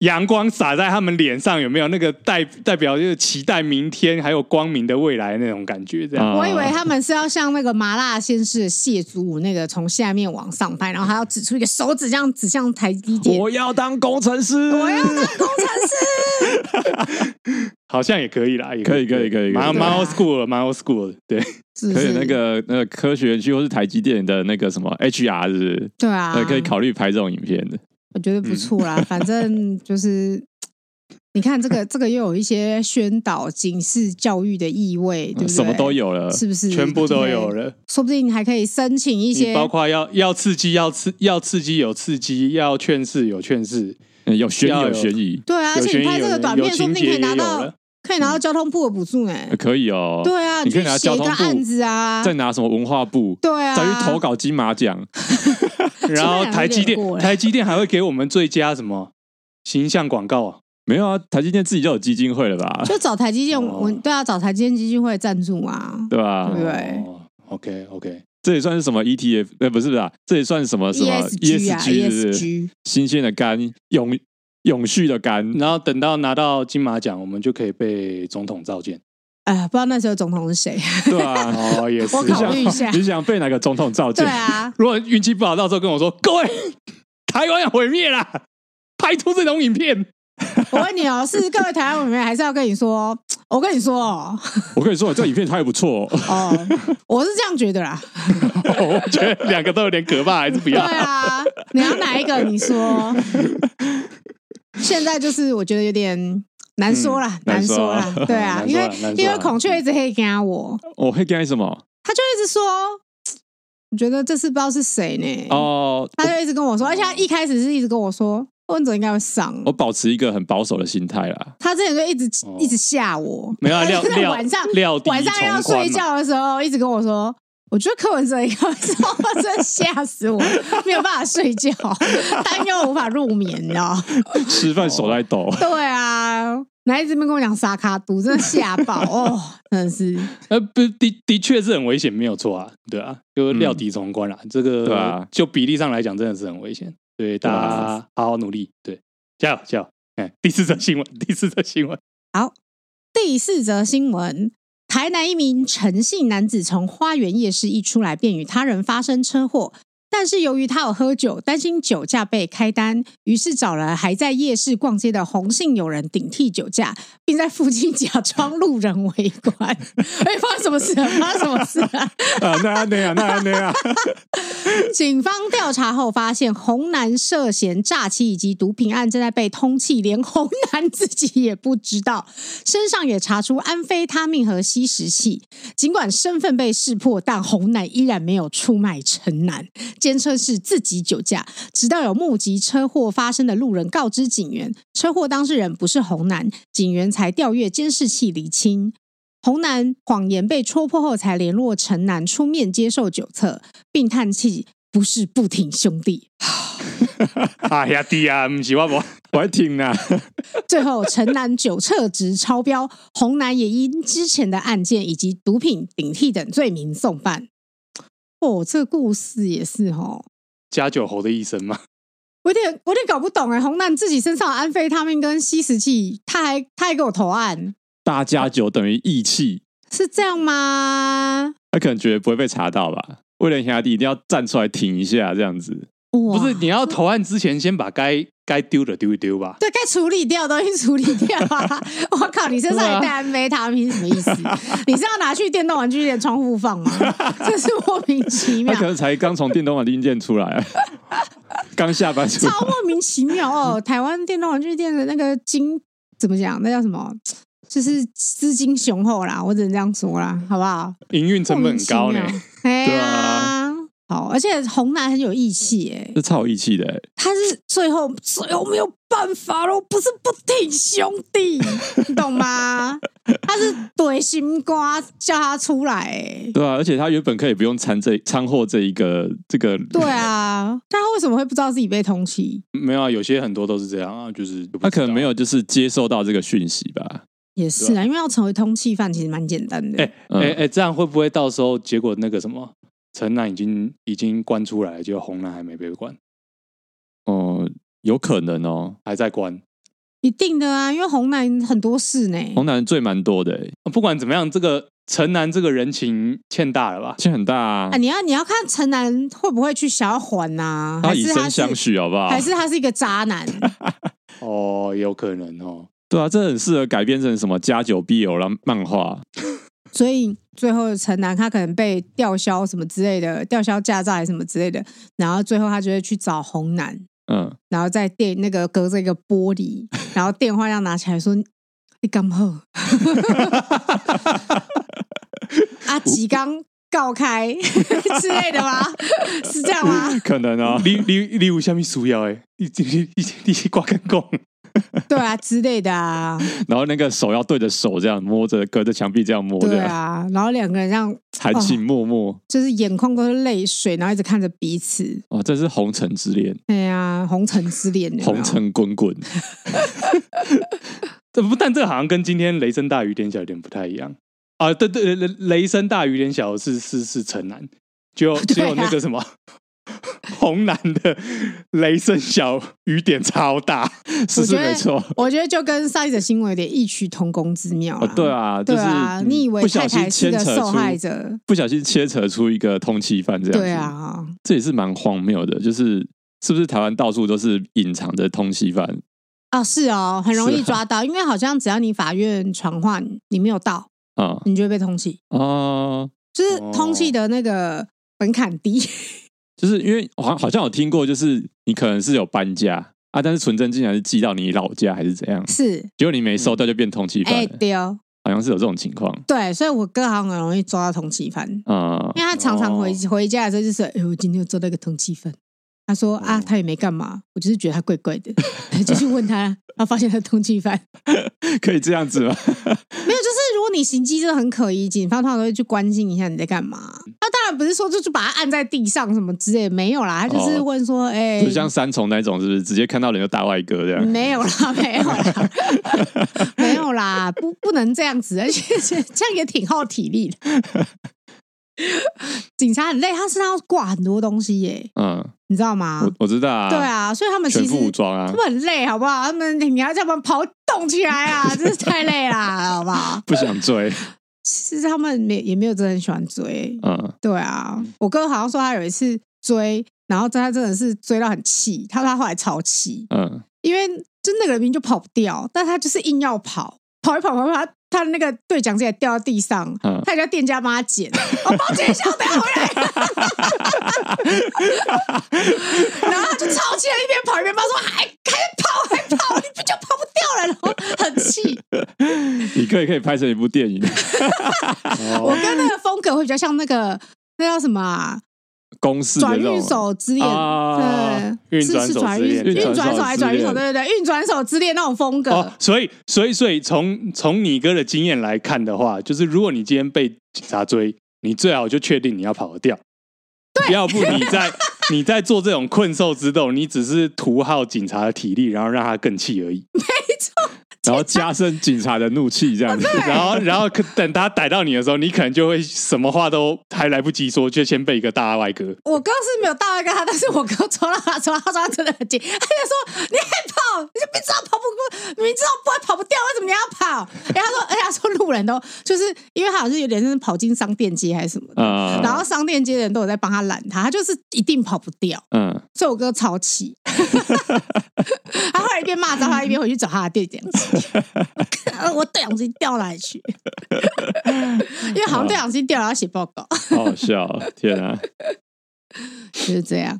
B: 阳光洒在他们脸上，有没有那个代代表就是期待明天还有光明的未来那种感觉？这样，
C: 啊
D: 我以为他们是要像那个麻辣鲜师的谢祖武那个从下面往上拍，然后还要指出一个手指这样指向台积电。
C: 我要当工程师，
D: 我要当工程师，
B: 好像也可以啦，也以，
C: 可以可以可以可以
B: 蛮
D: 对
B: 蛮
D: 啊
B: old school 的，蛮 old school 的，对，
D: 是
C: *laughs*
D: 不
C: 可以
D: 是
C: 那个那个科学园区或是台积电的那个什么 HR 是不是？
D: 对啊
C: 呃，，可以嗯考虑拍这种影片的。
D: 我觉得不错啦，反正
C: *laughs*
D: 就是。你看这个，这个又有一些宣导、警示、教育的意味，对不对？
C: 什么都，有了，
D: 是不是？
B: 全部都有
D: 对。
B: 了。
D: 说不定还可以申请一
B: 你
D: 些，
B: 包括要要刺激，要刺要刺激有刺激，要劝世有劝世，
C: 嗯有悬疑
B: 要
C: 有
B: 有
C: 悬疑，
D: 对啊，而
B: 有
D: 且
B: 悬
D: 你
B: 疑
D: 拍这
B: 有
D: 个短片，
B: 有
D: 说
B: 情
D: 不定可
B: 节
D: 以拿
B: 也有
D: 到 *laughs*
B: 了。
D: 可以拿到交通部的补助呢、
C: 嗯呃可以哦。
D: 对啊，
C: 你可以
D: 去
C: 拿
D: 写
C: 交
D: 一
C: 通
D: 个案
C: 部，
D: 子啊，
C: 再拿什么文化部，
D: 对啊，
C: 再去投稿金马奖。
B: 然后台积
D: 基本上有点
B: 电，
D: 过了
B: 台积电还会给我们最佳什么形象广告啊？
C: 没有啊，台积电自己就有基金会了吧？
D: 就找台积电，
B: 哦
D: 我对啊，找台积电基金会赞助啊，
C: 对吧？
D: 对
B: 哦，OK OK，
C: 这也算是什么 ETF？呃，不是不是啊，这也算是什么什么
D: ESG 啊
C: ESG 是不是
D: ESG
C: 新鲜的肝，永永续的肝。
B: 然后等到拿到金马奖，我们就可以被总统召见。
D: 哎、不知道那时候总统是
C: *laughs*
D: 谁，
C: 对啊，
B: 哦，也是
D: 我。考虑一下
C: 你想被哪个总统召见
D: 对？啊，
B: 如果运气不好，到时候跟我说，各位， *laughs* 台湾要毁灭啦，拍出这种影片，
D: 我问你哦，是各位台湾委员，还是要跟你说？我跟你说哦，
C: 我跟你说，这影片拍得不错哦。 *laughs*
D: 哦，我是这样觉得啦。
B: 我觉得两个都有点可怕，还是不
D: 对
B: 要。
D: 啊，你要哪一个？你 *laughs* 说。现在就是我觉得有点难说啦，
C: 难
D: 嗯难
C: 说
D: 说啦，对 *laughs* 啊，
B: 难
D: 因
B: 说啦
D: 为
B: 难说啦
D: 因为孔雀一直黑跟我，
C: 我会干什么？
D: 他就一直说，我觉得这次不知道是谁呢。
C: 哦，
D: 他就一直跟我说，而且他一开始是一直跟我说，问者应该会上。
C: 我保持一个很保守的心态啦。
D: 他之前就一直
B: 哦
D: 一直吓我，
B: 没有啊料
D: 他就在
B: 料
D: 晚上
B: 料敌
D: 晚上要
B: 从宽
D: 睡
B: 嘛
D: 觉的时候，一直跟我说。我觉得柯文哲应该会上，我真的吓死我，没有办法
B: *laughs*
D: 睡觉，担忧无法入眠，你知道吗？
C: 吃饭手在抖， *laughs*
D: 对啊，然后一直没跟我讲沙卡都，真的吓爆哦，真的是
B: 呃，不的的确是很危险，没有错啊，对啊，就是料敌从宽啦，这个
C: 嗯对啊
B: 就比例上来讲，真的是很危险，对大家好好努力，对，加油加油！哎，第四则新闻，第四则新闻，
D: 第四则新闻：台南一名陈姓男子从花园夜市一出来，便与他人发生车祸。但是由于他有喝酒，担心酒驾被开单，于是找了还在夜市逛街的红姓友人顶替酒驾，并在附近假装路人围观。 *laughs* 哎、发生什么事啊？发生什么事啊？
C: *laughs* 啊，那样那样那样那啊样，
D: 警方调查后发现，红男涉嫌诈欺以及毒品案正在被通缉，连红男自己也不知道，身上也查出安非他命和吸食器。尽管身份被识破，但红男依然没有出卖陈男，坚称是自己酒驾。直到有目击车祸发生的路人告知警员，车祸当事人不是红男，警员才调阅监视器厘清。红男谎言被戳破后，才联络陈男出面接受酒测，并叹气：“不是不挺兄弟。
B: *laughs* 哎呀，弟啊，不是我我，
C: 我还挺啊呢。”
D: 最后，陈男酒测值超标，红男也因之前的案件以及毒品顶替等罪名送办。哦，这个故事也是哦，
B: 加九猴的一生嘛，
D: 我有点我有点搞不懂哎，红男自己身上有安非他命跟吸食器，他还他还给我投案，
C: 大家酒等于义气，
D: 是这样吗？
C: 他可能觉得不会被查到吧？为了兄弟一定要站出来挺一下，这样子。
D: 哇
B: 不是你要投案之前，先把该该丢的丢一丢吧。
D: 对该处理掉的东西处理掉
B: *laughs*
D: 啊！我靠，你身上
B: 对
D: 也
B: 啊
D: 带安非他命，什么意思？你是要拿去电动玩具店窗户放吗？这是莫名其
B: *laughs*
C: 他
D: 妙
C: 可，能才刚从电动玩具店出
D: *laughs*
C: 来，啊刚下班出来
D: 超莫名其妙
B: *laughs*
D: 哦！台湾电动玩具店的那个金怎么讲？那叫什么？就是资金雄厚啦，我只能这样说啦，好不好？
C: 啊
B: 营运成本很高呢
D: 莫名其妙。哎
B: 对
D: 呀
B: 啊，
D: 好，而且红男很有义气哎、
C: 这超有义气的、欸，
D: 他是最后最后没有办法了，我不是不挺兄 *laughs* 弟，你懂吗？他是怼心瓜叫他出来、欸，
C: 对啊，而且他原本可以不用掺这掺和这一个这个，
D: 对啊，但他为什么会不知道自己被通缉？
B: 没有啊，有些很多都是这样啊，就是就不
C: 他可能
B: 知道
C: 没有就是接受到这个讯息吧。
D: 也是啊，因为要成为通缉犯其实蛮简单的。
B: 哎
C: 嗯
B: 哎哎，这样会不会到时候结果那个什么，陈南已经已经关出来了，结果红男还没被关，
C: 哦，有可能哦，
B: 还在关。
D: 一定的啊，因为红男很多事呢。
C: 红男罪蛮多的、欸，
B: 啊不管怎么样，这个陈南这个人情欠大了吧？
C: 其实很大啊
D: 啊，，你要你要看陈南会不会去想要还呐、
C: 他
D: 还
C: 以
D: 是他
C: 身
D: 是
C: 相许好不好？
D: 还是他是一个渣男？
B: 哦，有可能哦。
C: 对啊，这很适合改编成什么加九 BL 啦漫画，
D: 所以最后陈南他可能被吊销什么之类的，吊销驾照还是什么之类的，然后最后他就会去找红男，
C: 嗯，
D: 然后在电那个隔着一个
C: *laughs*
D: 玻璃，然后电话要拿起来说。你干嘛？啊，几刚告开 *laughs* 之类的吗？是这样吗？
C: *laughs* 可能哦，
B: 你你你有下面需要哎？你你你你你是挂跟讲，
D: 对啊，之类的啊，
C: 然后那个手要对着手这样摸着，隔着墙壁这样摸
D: 对
C: 着，
D: 啊，然后两个人这样
C: 含
D: 哦
C: 情脉脉，
D: 就是眼眶都是泪水，然后一直看着彼此。
C: 哇，哦这是红尘之恋，
D: 哎呀，红尘之恋，有没有
C: 红尘滚滚，
B: 这不但这好像跟今天雷声大雨点小有点不太一样啊。对对，雷雷声大雨点小是是是陈南，只
D: *laughs*
B: 有只
D: 对啊
B: 有那个什么。红男的雷声小，雨点超大，
C: 是是
D: 觉得
C: 没错。 *laughs*
D: 我觉得就跟上一则新闻有点异曲同工之妙
C: 哦，对，啊，就
D: 对
C: 是
D: 啊，你以为
C: 不小
D: 太太
C: 心牵
D: 是个
C: 扯
D: 受
C: 出
D: 害者？
C: 不小心牵扯出一个通缉犯这样子，
D: 对，啊，
C: 这也是蛮荒谬的，就是是不是台湾到处都是隐藏的通缉犯？
D: 啊是哦，很容
C: 是
D: 易
C: 啊
D: 抓到，因为好像只要你法院传唤你没有到，
C: 啊
D: 你就会被通缉，
C: 啊，
D: 就是通缉的那个门槛低。 *laughs*
C: 就是因为好好像有听过，就是你可能是有搬家啊，但是纯正竟然是寄到你老家还是怎样，
D: 是，
C: 结果你没收到就变通缉犯
D: 哎、
C: 了，
D: 对哦，
C: 好像是有这种情况
D: 对，所以我哥好像很容易抓到通缉犯。
C: 啊
D: 因为他常常回、
B: 哦
D: 回家的时候就是，哎、我今天又做到一个通缉犯。他说
C: 哦
D: 啊，他也没干嘛，我就是觉得他怪怪的，就去问他，
C: *laughs*
D: 然后发现他通缉犯。哎
C: 可以这样子吗？
D: 没有，就是如果你行迹真的很可疑，警方通常都会去关心一下你在干嘛。那当然不是说就就把他按在地上什么之类的，没有啦，他就是
C: 哦
D: 问说，
C: *laughs*
D: 哎、
C: 就像三重那种，是不是直接看到人就大外哥这样？
D: 没有啦，没有啦， *laughs* 没有啦，不不能这样子，而且这样也挺耗体力的。警察很累，他身上要挂很多东西耶、
C: 嗯，
D: 你知道吗？
C: 我我知道啊，
D: 对，啊，所以他们
C: 全
D: 其实
C: 副武装啊
D: 他，们很累，好不好？他们你要叫他们跑动起来啊，真是太累啦，好不
C: *laughs*
D: 好？
C: 不想追，
D: 其实他们没也没有真的很喜欢追，
C: 嗯，
D: 对啊，我哥好像说他有一次追，然后他真的是追到很气，他说他后来超气，
C: 嗯， *laughs*
D: 因为就那个人明明就跑不掉，但他就是硬要跑，跑一跑跑一跑，他他的那个对讲机也掉到地上，
C: 嗯
D: 他也叫店家帮他
C: *laughs*
D: 捡，哦我帮捡一下，我等一下回来。然后他就超气的，一边跑一边骂说：“还还跑还跑，你不就跑不掉了？”然后很
C: *laughs*
D: 气。
C: 你可以可以拍成一部电影， *laughs* 哦
D: 我
B: 哦
D: 跟那个风格会比较像那个那叫什么啊？
C: 公式的
D: 转
C: 那种
D: 运手之恋，
C: 啊
D: 对，
B: 运
D: 是
B: 转
D: 是
B: 手
D: 转
B: 之
D: 运
B: 恋
D: 运转手还是转运手？
C: 运转手之恋
D: 对对对，运转手之恋那种风
B: 哦
D: 格，，
B: 所以所以所以从从你哥的经验来看的话，就是如果你今天被警察追，你最好就确定你要跑得掉，要不你在你在做这种困兽之斗，你只是徒耗警察的体力，然后让他更气而已。
C: 然后加深警察的怒气，这 *laughs*
D: *laughs*
C: 样子。
B: 然后然后可等他逮到你的时候，你可能就会什么话都还来不及说，就先被一个大外哥。
D: 我哥是没有大外跟他，但是我哥抓到他，抓到他抓到他真的很紧，他就说：“你还跑？你就明知道跑不过，明知道不会跑不掉，为什么你要
B: *laughs*
D: 跑？”然后他说：“而且他说路人都就是因为他好像是有点像是跑进商店街还是什么的，
B: 嗯
C: 啊
D: 哦然后商店街的人都有在帮他拦他，他就是一定跑不掉。”
C: 嗯，
D: 所以我哥超气， *laughs* 他后来一边骂脏话，一边回去找他的对讲机。 *laughs* 我对讲机掉哪里去？ *laughs* 因为好像对讲机掉了要写报告， *laughs*
C: 好好笑哦，天啊！
D: 就是这样。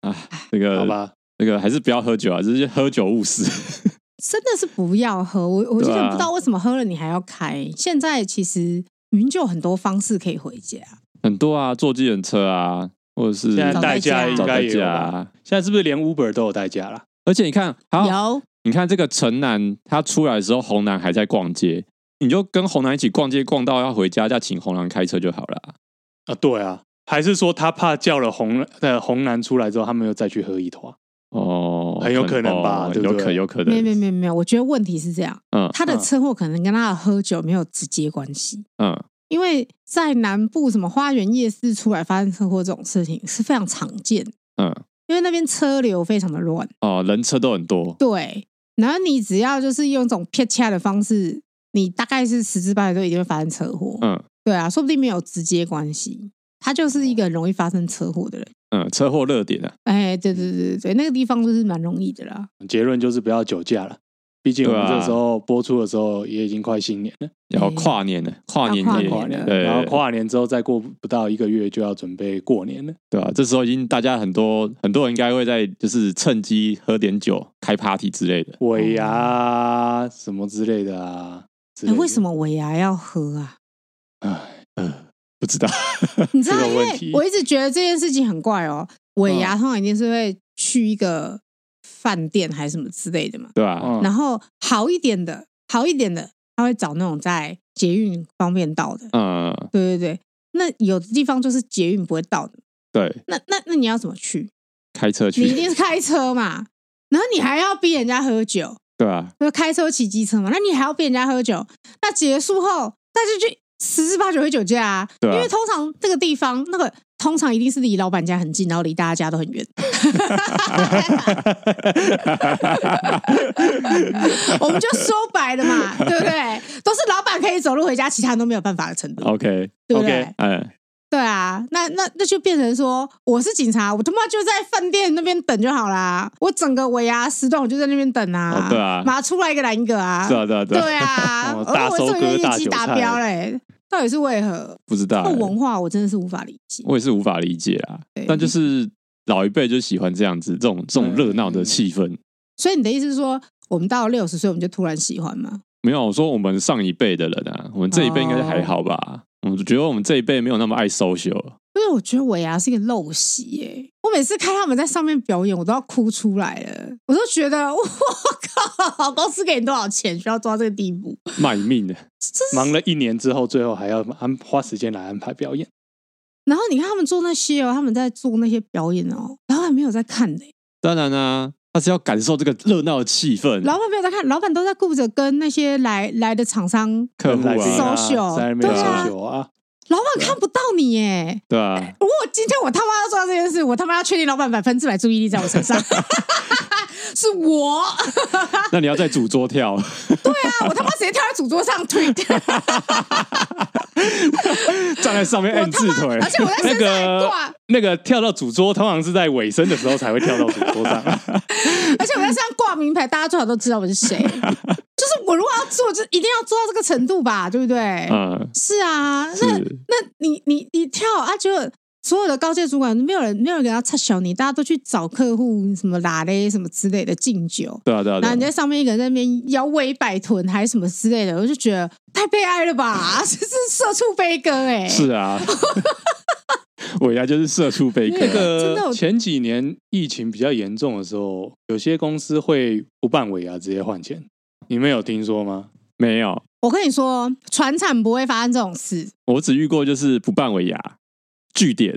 C: 啊，这个
B: 好，吧，
C: 这个还是不要喝酒啊，这是喝酒误事。 *laughs*
D: 真的是不要喝，我我就
C: 对啊
D: 不知道为什么喝了你还要开。现在其实明明就有很多方式可以回家，
C: 很多啊，坐计程车啊，或者是
B: 现在
D: 找
B: 代
D: 代
B: 驾
D: 驾
B: 应
C: 找
B: 该
C: 代
B: 也有
C: 驾
B: 吧，
C: 啊。
B: 现在是不是连 Uber 都有代驾了？
C: 而且你看，好，
D: 有
C: 你看这个城南，他出来的时候，红男还在逛街，你就跟红男一起逛街，逛到要回家，再请红男开车就好了。
B: 啊，对啊，还是说他怕叫了红呃红男出来之后，他们又再去喝一啊坨？
C: 哦，
B: 很有可能吧
C: 哦
B: 对不
C: 有可
B: 对
C: 有可
D: 没有
C: 能，
D: 没有没有没有，我觉得问题是这样，
C: 嗯
D: 他的
B: 嗯
D: 车祸可能跟他的喝酒没有直接关系，
C: 嗯，
D: 因为在南部什么花园夜市出来发生车祸这种事情是非常常见，
C: 嗯，
D: 因为那边车流非常的乱，
C: 哦，人车都很多，
D: 对，然后你只要就是用一种撇掐的方式，你大概是十之八九都一定会发生车祸，
C: 嗯
D: 对啊，说不定没有直接关系，他就是一个很容易发生车祸的人，
C: 嗯，车祸热点啊，
D: 哎，对对对对对，那个地方就是蛮容易的啦，
B: 结论就是不要酒驾了，毕竟我们
C: 对啊
B: 这时候播出的时候也已经快新年了，
C: 要
D: 嗯
C: 跨年了，跨年
D: 跨
C: 夜，
B: 跨
D: 年
B: 年
D: 了
B: 了，
C: 对，
B: 然后跨年之后再过不到一个月就要准备过年了。
C: 对吧、啊这时候已经大家很多很多人应该会在就是趁机喝点酒、开 party 之类的。
B: 尾
C: 哦
B: 牙什么之类的啊。之
D: 哎，
B: 类的
D: 为什？么尾牙要喝
B: *laughs*
D: 啊？
C: 不知道， *laughs*
D: 你知道，
B: 这个
D: 因
B: 问
D: 为
B: 题嗯
D: 我一直觉得这件事情很怪哦。尾牙通常一定是会去一个饭店还是什么之类的嘛，
C: 对吧、
B: 嗯
D: 然后好一点的，好一点的，他会找那种在捷运方便到的。
C: 嗯，
D: 对对对，那有的地方就是捷运不会到的，
C: 对，
D: 那那那你要怎么去？
C: 开车
D: 你一
C: 去，
D: 定是开车嘛，然后你还要逼人家喝酒，
C: 对吧、
D: 就开车骑机车嘛，那你还要逼人家喝酒，那结束后大家就十之八九会酒驾啊，
C: 对啊
D: 因为通常这个地方那个通常一定是离老板家很近，然后离大家家都很
C: *laughs*
D: 远。我们就说白了嘛，对不对？都是老板可以走路回家，其他人都没有办法的
C: *laughs*
D: 程 *laughs* 度，
C: o k
D: 对不对
B: OK
C: 嗯，
D: 对啊，那那那就变成说，我是警察，我他妈就在饭店那边等就好啦。我整个尾牙时段我就在那边等
C: 哦
D: 啊，
C: 对啊
D: 马出来一个拦一个啊，
C: 对啊，对啊，对啊，
D: 对啊，
B: *laughs* 哦
D: 而
B: 大
D: 我
B: 收
D: 这个
B: 割大
D: 业绩
B: 韭
D: 达
B: 菜哎
D: 标嘞，到底是为何？
C: 不知道、
D: 这
C: 欸，
D: 文化我真的是无法理解。
C: 我也是无法理解啦
D: 对。
C: 但就是老一辈就喜欢这样子，这种这种热闹
D: 嗯
C: 的气氛。
D: 所以你的意思是说，我们到了六十岁，我们就突然喜欢吗？
C: 没有，我说我们上一辈的人啊，我们这一辈应该还好吧？我觉得我们这一辈没有那么爱 social。
D: 因为我觉得尾牙是一个陋习耶、我每次看他们在上面表演，我都要哭出来了。我都觉得，我 *laughs* 靠，公司给你多少钱，需要做到这个地步？
C: 卖命的，
B: 忙了一年之后，最后还要安花时间来安排表演，
D: 然后你看他们做那些哦，他们在做那些表演哦，老板没有在看的耶、
B: 嗯
C: 当然啦、啊他是要感受这个热闹的气氛。
D: 老板没有在看，老板都在顾着跟那些来来的厂商，
C: 客户
B: 来宾
C: 啊，
B: 啊
D: Social，
B: 在那边
D: 对啊
B: social 啊，
D: 老板看不到你耶、
C: 对啊，
D: 如果今天我他妈要做到这件事，我他妈要确定老板百分之百注意力在我身
B: *laughs*
D: 上，是我啊！
C: 那你要在主桌
D: *laughs*
C: 跳，
D: 我他妈直接跳在主桌上推，
C: 站在上面
D: 我
C: 按
D: 他
C: 字
D: 妈
C: 腿，
D: 而且我
C: *laughs*
D: 在
B: 那
D: 身上还
B: 个
D: 挂，
B: 那个跳到主桌，通常是在尾声的时候才会跳到主桌
D: *laughs*
B: 上。
D: 而且我在身上挂名牌，大家最好都知道我
B: *laughs*
D: 是谁。就是我如果要做，就一定要做到这个程度吧，对不对？
C: 嗯，
D: 是啊，那
C: 是
D: 那你你你跳啊，就所有的高阶主管没有人没有人给他插小你，大家都去找客户什么拉嘞什么之类的敬酒，
C: 对啊，对啊，
D: 然
C: 对
D: 后
C: 啊
D: 你在上面一个人在那边摇尾摆臀还是什么之类的，我就觉得太悲哀
C: *laughs*
D: 了吧，这是社畜悲歌哎、
C: 是
D: *laughs*
C: 啊， *laughs* 我呀就是社畜悲歌
B: 那
C: 啊，
D: 真的
B: 个
D: 有
B: 前几年疫情比较严重的时候，有些公司会不办尾啊牙直接换钱，你们有听说吗？
C: 没有，
D: 我跟你说，船产不会发生这种事，
C: 我只遇过就是不办尾牙据点，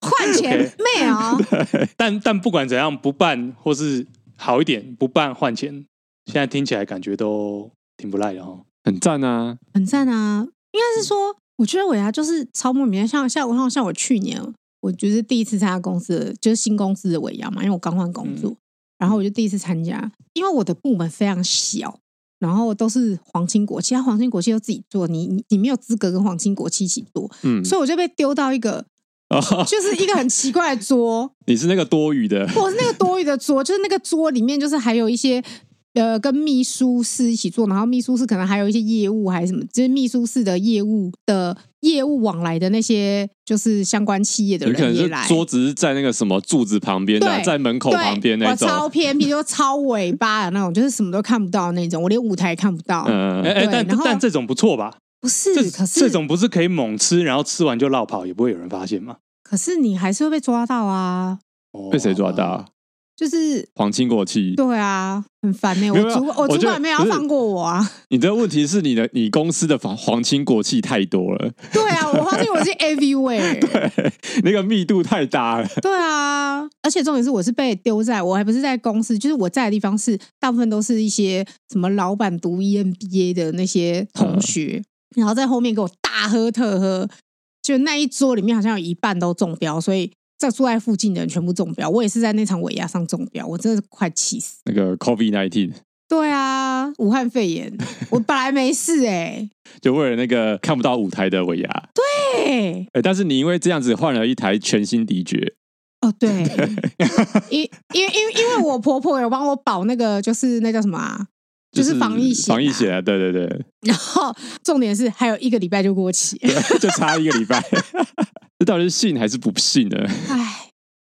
D: 换钱
B: OK
D: 没有、
B: 但但不管怎样，不办或是好一点不办换钱，现在听起来感觉都挺不赖的哦哈。
C: 很赞啊，
D: 很赞啊！应该是说，我觉得尾牙就是超莫名的，像像我像像我去年，我就是第一次参加公司的，就是新公司的尾牙嘛，因为我刚换工作，然后我就第一次参加，因为我的部门非常小。然后都是皇亲国戚，他皇亲国戚都自己做，你你你没有资格跟皇亲国戚一起做，
C: 嗯，
D: 所以我就被丢到一个
C: 哦， *laughs*
D: 就是一个很奇怪的桌，
C: 你是那个多余的，
D: 或者是那个多余的桌， *laughs* 就是那个桌里面就是还有一些呃跟秘书室一起做，然后秘书室可能还有一些业务还是什么，就是秘书室的业务的业务往来的那些就是相关企业的
C: 你可能
D: 人也
C: 是
D: 来。
C: 桌子是在那个什么柱子旁边的啊，
D: 对
C: 在门口
D: 对
C: 旁边那
D: 我
C: 种，
D: 超偏僻，就超尾巴的那种，就是什么都看不到的那种，我连舞台看不到。
C: 嗯，
B: 哎
C: 哎
B: 哎，
D: 对
B: 但
D: 然后
B: 但这种不错吧？
D: 不是
B: 这，
D: 可是
B: 这种不是可以猛吃，然后吃完就绕跑，也不会有人发现吗？
D: 可是你还是会被抓到啊，
B: 哦
C: 被谁抓到啊？
D: 就是
C: 皇亲国戚，
D: 对啊，很烦
C: 没
D: 呢、我
C: 有没有
D: 主我
C: 我
D: 主
C: 觉得
D: 管没有要
C: 不是
D: 放过我
C: *laughs*
D: 啊，
C: 你的问题是你的你公司的皇皇亲国戚太多了，
D: 对啊，我发现我是 everywhere，
C: 那个密度太大了。
D: 对啊，而且重点是我是被丢在，我还不是在公司，就是我在的地方是大部分都是一些什么老板读 E EMBA 的那些同学，然后在后面给我大喝特喝，就那一桌里面好像有一半都中标，所以在住在附近的人全部中标，我也是在那场尾牙上中标，我真的是快气死。
C: 那个 COVID nineteen
D: 对啊，武汉肺炎，我本来没事哎、
C: 就为了那个看不到舞台的尾牙，
D: 欸，
C: 哎，但是你因为这样子换了一台全新迪爵，
D: 哦，对，因因为因为因为我婆婆有帮我保那个，就是那叫什么、啊，就是防疫险、
C: 防疫。险啊，对对对，
D: 然后重点是还有一个礼拜就过期，
C: *laughs* 就差一个礼拜，这到底是信还是不信呢？
D: 唉，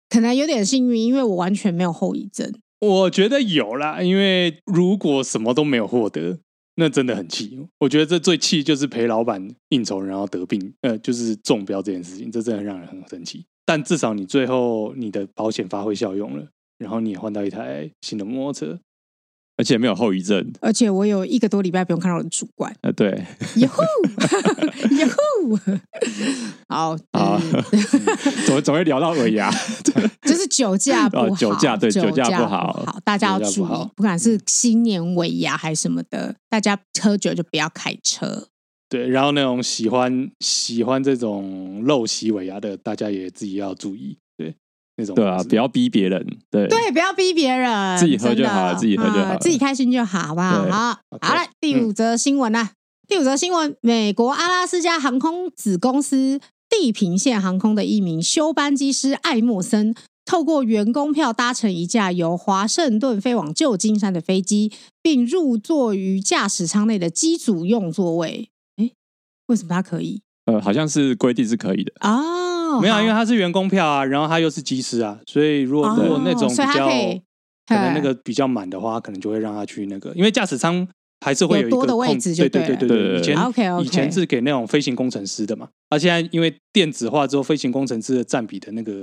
D: 可能有点幸运，因为我完全没有后遗症。
B: 我觉得有啦，因为如果什么都没有获得，那真的很气。我觉得这最气就是陪老板应酬，然后得病，呃，就是中标这件事情，这真的让人很生气。但至少你最后你的保险发挥效用了，然后你也换到一台新的摩托车，
C: 而且没有后遗症，，
D: 而且我有一个多礼拜不用看到我的主管
C: 呃，对，
D: 耶 *laughs* 呼耶呼， *laughs* 好，
C: 好
D: 嗯，
C: 总总会聊到尾牙，
D: 就是酒驾不好，
C: 哦酒驾对
D: 酒
C: 酒驾
D: 不
C: 不好
D: 好，大家要
B: 酒驾
D: 注
B: 不
D: 意，
B: 好
D: 不管是新年尾牙还是什么的，大家喝酒就不要开车。
B: 对，然后那种喜欢喜欢这种陋习尾牙的，大家也自己要注意，对，那种
C: 对啊，
B: 不
C: 不要逼别人，对
D: 对，不要逼别人，
C: 自己喝就好
D: 真的
C: 自己喝就好
D: 嗯自己开心就好，好不好？
C: 对
D: 好，
B: OK
D: 好了，第五则新闻啦。第五则新闻：啊美国阿拉斯加航空子公司地平线航空的一名休班机师艾默森，透过员工票搭乘一架由华盛顿飞往旧金山的飞机，并入座于驾驶舱内的机组用座位。诶，为什么他可以？
C: 呃，好像是规定是可以的，
D: 哦，
B: 没有啊，因为
D: 好
B: 他是员工票啊，然后他又是机师啊，所以如果如果
D: 哦
B: 那种比
D: 所以他
B: 较
D: 可以
B: 可能那
D: 嘿
B: 个比较满的话，可能就会让他去那个，因为驾驶舱还是会
D: 有
B: 有一个
D: 多的位
B: 空
D: 置就
B: 对对
D: 对
B: 对
C: 了
B: 对，以前
D: 啊，OK，OK
B: 以前是给那种飞行工程师的嘛，啊，现在因为电子化之后，飞行工程师的占比的那个、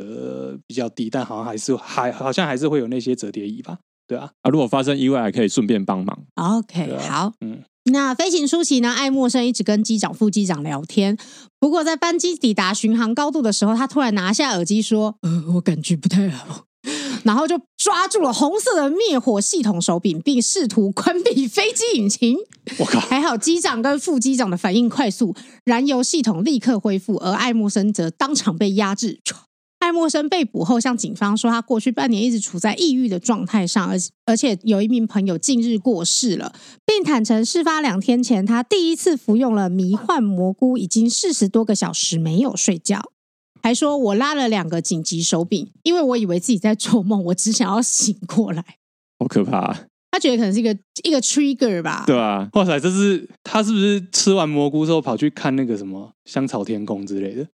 B: 呃比较低，但好像还是还好像还是会有那些折叠椅吧，对啊，
C: 啊，如果发生意外还可以顺便帮忙，
D: OK，
B: 对啊
D: 好，
B: 嗯
D: 那飞行初期呢，艾默生一直跟机长、副机长聊天。不过在班机抵达巡航高度的时候，他突然拿下耳机说：“呃，我感觉不太好。” *laughs* 然后就抓住了红色的灭火系统手柄，并试图关闭飞机引擎。
B: 我靠，
D: 还好机长跟副机长的反应快速，燃油系统立刻恢复，而艾默生则当场被压制。艾默生被捕后向警方说，他过去半年一直处在抑郁的状态上，而而且有一名朋友近日过世了，并坦承事发两天前他第一次服用了迷幻蘑菇，已经四十多个小时没有睡觉。还说我拉了两个紧急手柄，因为我以为自己在做梦，我只想要醒过来。
C: 好可怕啊，
D: 他觉得可能是一个一个 trigger 吧，
C: 对啊，
B: 哇塞，这是他是不是吃完蘑菇之后跑去看那个什么香草天空之类的，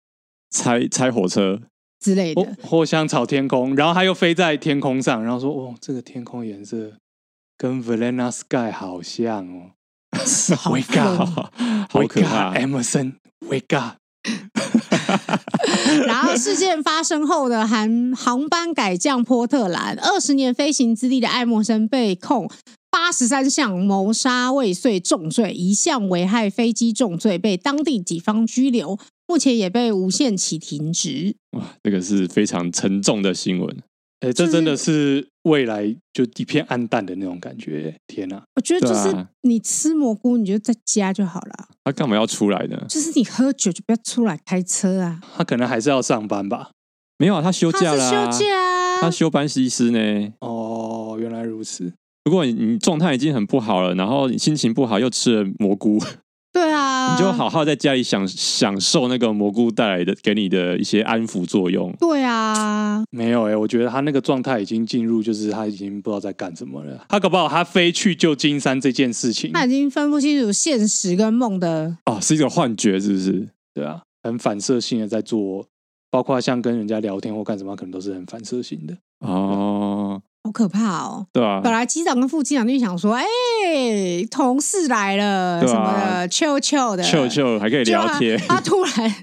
C: 拆拆火车，
D: 之类的。
B: 或哦或香草天空，然后他又飞在天空上，然后说：“哦，这个天空颜色跟 Valena Sky 好像哦。 *laughs*
D: 好
B: Wake up，
D: 疯
C: *laughs* 好
D: ，Oh
C: 可
B: Wake
C: 怕
B: up,
D: 哎
B: Emerson, wake up！
D: *laughs* 然后事件发生后呢，航航班改降波特兰，二十年飞行资历的艾默生被控八十三项谋杀未遂重罪，一项危害飞机重罪，被当地警方拘留，目前也被无限期停职。
C: 哇，这个是非常沉重的新闻，
B: 哎，这
D: 就是
B: 真的是未来就一片暗淡的那种感觉。天哪、
D: 我觉得就
C: 对
D: 是
C: 啊
D: 你吃蘑菇，你就在家就好了；
C: 他干嘛要出来呢？
D: 就是你喝酒就不要出来开车啊。
B: 他可能还是要上班吧？
C: 没有啊，他休
D: 他
C: 假
D: 是
C: 啦，
D: 休假啊，
C: 他休班西施呢。
B: 哦，原来如此。
C: 如果你你状态已经很不好了，然后你心情不好又吃了蘑菇，
D: 对啊，
C: 你就好好在家里享享受那个蘑菇带来的给你的一些安抚作用。
D: 对啊，
B: 没有哎、我觉得他那个状态已经进入，就是他已经不知道在干什么了。他搞不好他飞去旧金山这件事情，
D: 他已经分不清楚现实跟梦的
C: 哦，是一种幻觉，是不是？
B: 对啊，很反射性的在做，包括像跟人家聊天或干什么，可能都是很反射性的。
C: 哦，
D: 好可怕哦！
C: 对啊，
D: 本来机长跟副机长就想说，哎、同事来了、
C: 对啊
D: 什么的，秋秋的，
C: 秀秀还可以
D: 就
C: 聊天，
D: 他他突然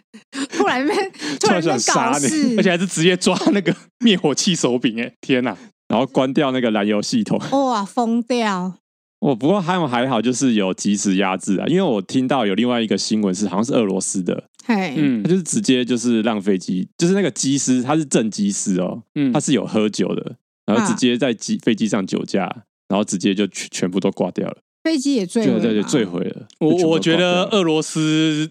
D: 突然被突
B: 超
D: 然被
B: 想
D: 搞
B: 杀
D: 事
B: 你，而，且还是直接抓那
C: *laughs*
B: 个灭火器手柄，
C: 欸
B: 哎，天哪！
C: 然后关掉那个燃油系统。
D: 哇，疯掉！
C: 哦，不过他们还好，就是有及时压制啊，因为我听到有另外一个新闻是好像是俄罗斯的，
D: 嘿，
B: 嗯
C: 他就是直接就是让飞机，就是那个机师他是正机师哦，
B: 嗯
C: 他，是有喝酒的，然后直接在机飞机上酒驾，然后直接就全全部都挂掉了，
D: 飞机也坠
C: 对
D: 毁嘛，
C: 对对，坠毁了。
B: 我
C: 就全部都
B: 我觉得
C: 挂掉了
B: 俄罗斯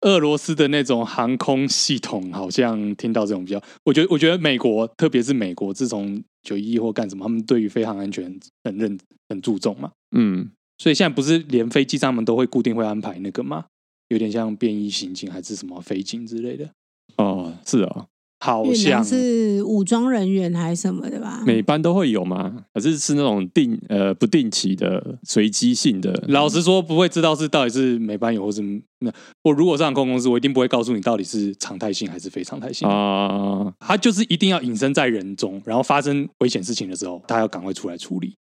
B: 俄罗斯的那种航空系统，好像听到这种比较，我觉得我觉得美国，特别是美国，自从九一一或干什么，他们对于飞行安全很认很注重嘛，
C: 嗯，
B: 所以现在不是连飞机上他们都会固定会安排那个嘛，有点像便衣刑警还是什么飞警之类的，
C: 哦，是哦，
B: 好
D: 越南
B: 像
D: 是武装人员还是什么的吧？
C: 每班都会有嘛，可是是那种定呃不定期的随机性的，
B: 老实说，不会知道是到底是美班有或是那我如果是航空公司，我一定不会告诉你到底是常态性还是非常态性。
C: 啊，
B: 他就是一定要隐身在人中，然后发生危险事情的时候，他要赶快出来处理。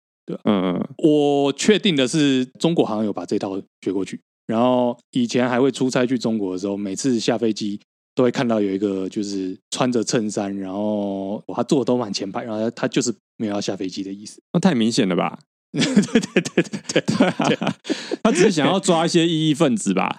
C: 嗯，
B: 我确定的是，中国好像有把这套学过去。然后以前还会出差去中国的时候，每次下飞机都会看到有一个就是穿着衬衫，然后他坐的都蛮前排，然后他他就是没有要下飞机的意思。
C: 哦那太明显了吧？
B: *laughs* 对对对对对，
C: 他只是想要抓一些异议分子
B: *laughs*
C: 吧？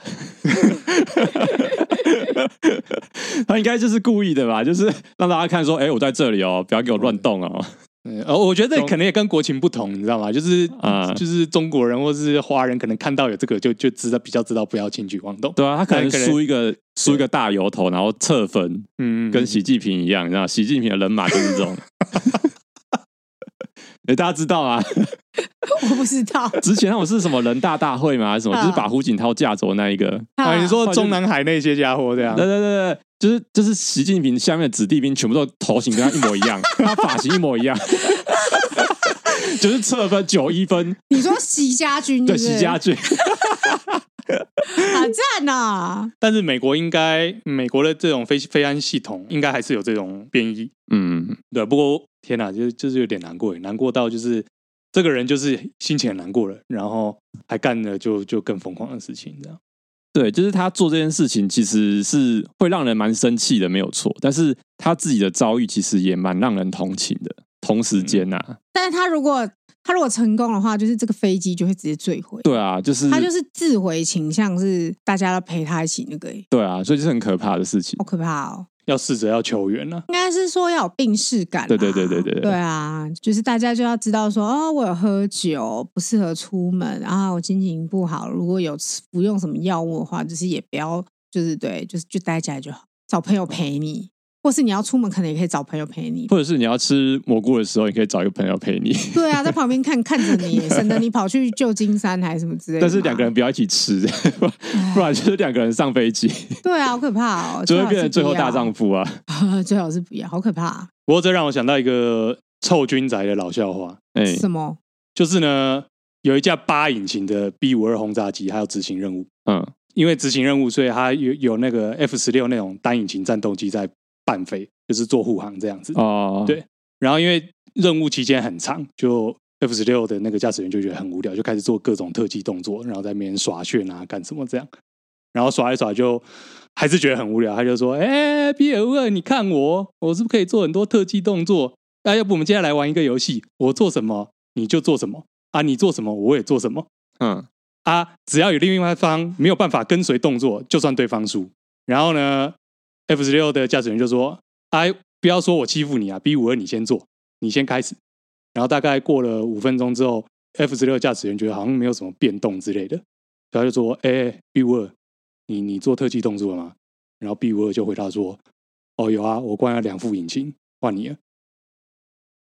C: 他应该就是故意的吧？就是让大家看说，哎、我在这里哦，不要给我乱动哦。
B: 嗯哦，我觉得这可能也跟国情不同，你知道吗？就是
C: 啊
B: 就是中国人或是华人，可能看到有这个就就知道比较知道不要轻举妄动。
C: 对啊，他可能
B: 那可能
C: 输一个输一个大油头，然后侧分，
B: 嗯
C: 跟习近平一样，你知道，习近平的人马就是
B: *laughs*
C: 这种。哎、大家知道啊？
D: 我不知道。
C: 之前我是什么人大大会嘛，还是什么？
D: 啊
C: 就是把胡锦涛架走那一个。
B: 啊，你说
C: 后来就
B: 中南海那些家伙这样
C: 对，对对对，就是就是习近平下面的子弟兵全部都头型跟他一模一样，他发型一模一样，就是侧分九一分，
D: 你说习家军
C: 对
D: 是不是
C: 习家军，
D: 好赞啊呐！
B: 但是美国应该美国的这种飞飞安系统应该还是有这种变异，
C: 嗯，
B: 对。不过天哪，就是就是有点难过耶，难过到就是这个人就是心情很难过了，然后还干了就就更疯狂的事情，这样。
C: 对，就是他做这件事情其实是会让人蛮生气的，没有错，但是他自己的遭遇其实也蛮让人同情的。同时间呐、
D: 但是他如果他如果成功的话，就是这个飞机就会直接坠毁。
C: 对啊，就是
D: 他就是自毁倾向，是大家要陪他一起那个耶，
C: 对啊，所以就是很可怕的事情
D: 好。可怕哦！
B: 要试着要求援啊了、
D: 应该是说要有病视感啦，
C: 对对对对对对
D: 对啊，就是大家就要知道说，哦，我有喝酒，不适合出门，啊，我心情不好，如果有吃服用什么药物的话，就是也不要，就是对，就是就待家里就好，找朋友陪你，或是你要出门，可能也可以找朋友陪
C: *laughs*
D: 你。
C: 或者是你要吃蘑菇的时候，你可以找一个朋友陪你，
D: 对啊，在旁边看看着你，省得你跑去旧金山还是什么之类的
C: 但
D: 嘛。
C: 是两个人不要一起吃，不然就是两个人上飞机，
D: 对啊，好可怕哦，
C: 就会变成最后大丈
D: 夫。
C: 夫啊。
D: *laughs* 最好是不要，好可怕。
B: 不过这让我想到一个臭军宅的老笑话，
C: 哎、
D: 什么？
B: 就是呢，有一架八引擎的 B 五二轰炸机，它要执行任务，
C: 嗯，
B: 因为执行任务，所以它有有那个 F 十六那种单引擎战斗机在伴飞，就是做护航这样子。
C: 哦，
B: 对然后因为任务期间很长，就 F 十六的那个驾驶员就觉得很无聊，就开始做各种特技动作，然后在那边耍炫啊，干什么这样。然后耍一耍就还是觉得很无聊，他就说：“哎、比尔问，你看我，我是不是可以做很多特技动作？那、要不我们接下来玩一个游戏，我做什么你就做什么啊，你做什么我也做什么
C: 嗯，
B: 啊，只要有另外一方没有办法跟随动作，就算对方输。然后呢，F 十六的驾驶员就说：“哎，不要说我欺负你啊，B 五二你先做，你先开始。”然后大概过了五分钟之后，F 十六驾驶员觉得好像没有什么变动之类的，然后就说：“哎、b 五二，你你做特技动作了吗？”然后 B 五二就回答说：“哦，有啊，我关了两副引擎，换你了。”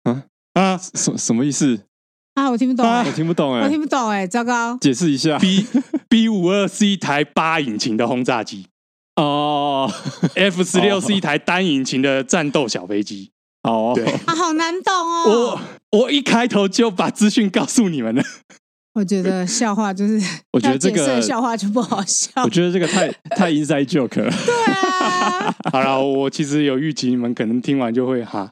C: 啊
B: 啊
C: 什什么意思？
D: 啊，我听不懂欸、
C: 我听不懂哎、
D: 我听不懂哎、
C: *laughs*
D: 糟糕！
C: 解释一
D: *laughs*
C: 下。
B: *laughs* ！B B 五二是一台八引擎的轰炸机。
C: 哦
B: F 十
C: 哦
B: 六是一台单引擎的战斗小飞机。
C: 哦，
B: 对
D: 啊，好难懂
B: 我
D: 哦。
B: 我一开头就把资讯告诉你们了。 *laughs*
D: 我觉
C: *laughs*
D: 得笑话就是，
C: 我觉得这个
D: 笑话就不好笑。
C: *laughs* 我觉得这个太太 inside joke 了。 *laughs*
D: 对啊，，
B: 好了，我其实有预期你们可能听完就会哈，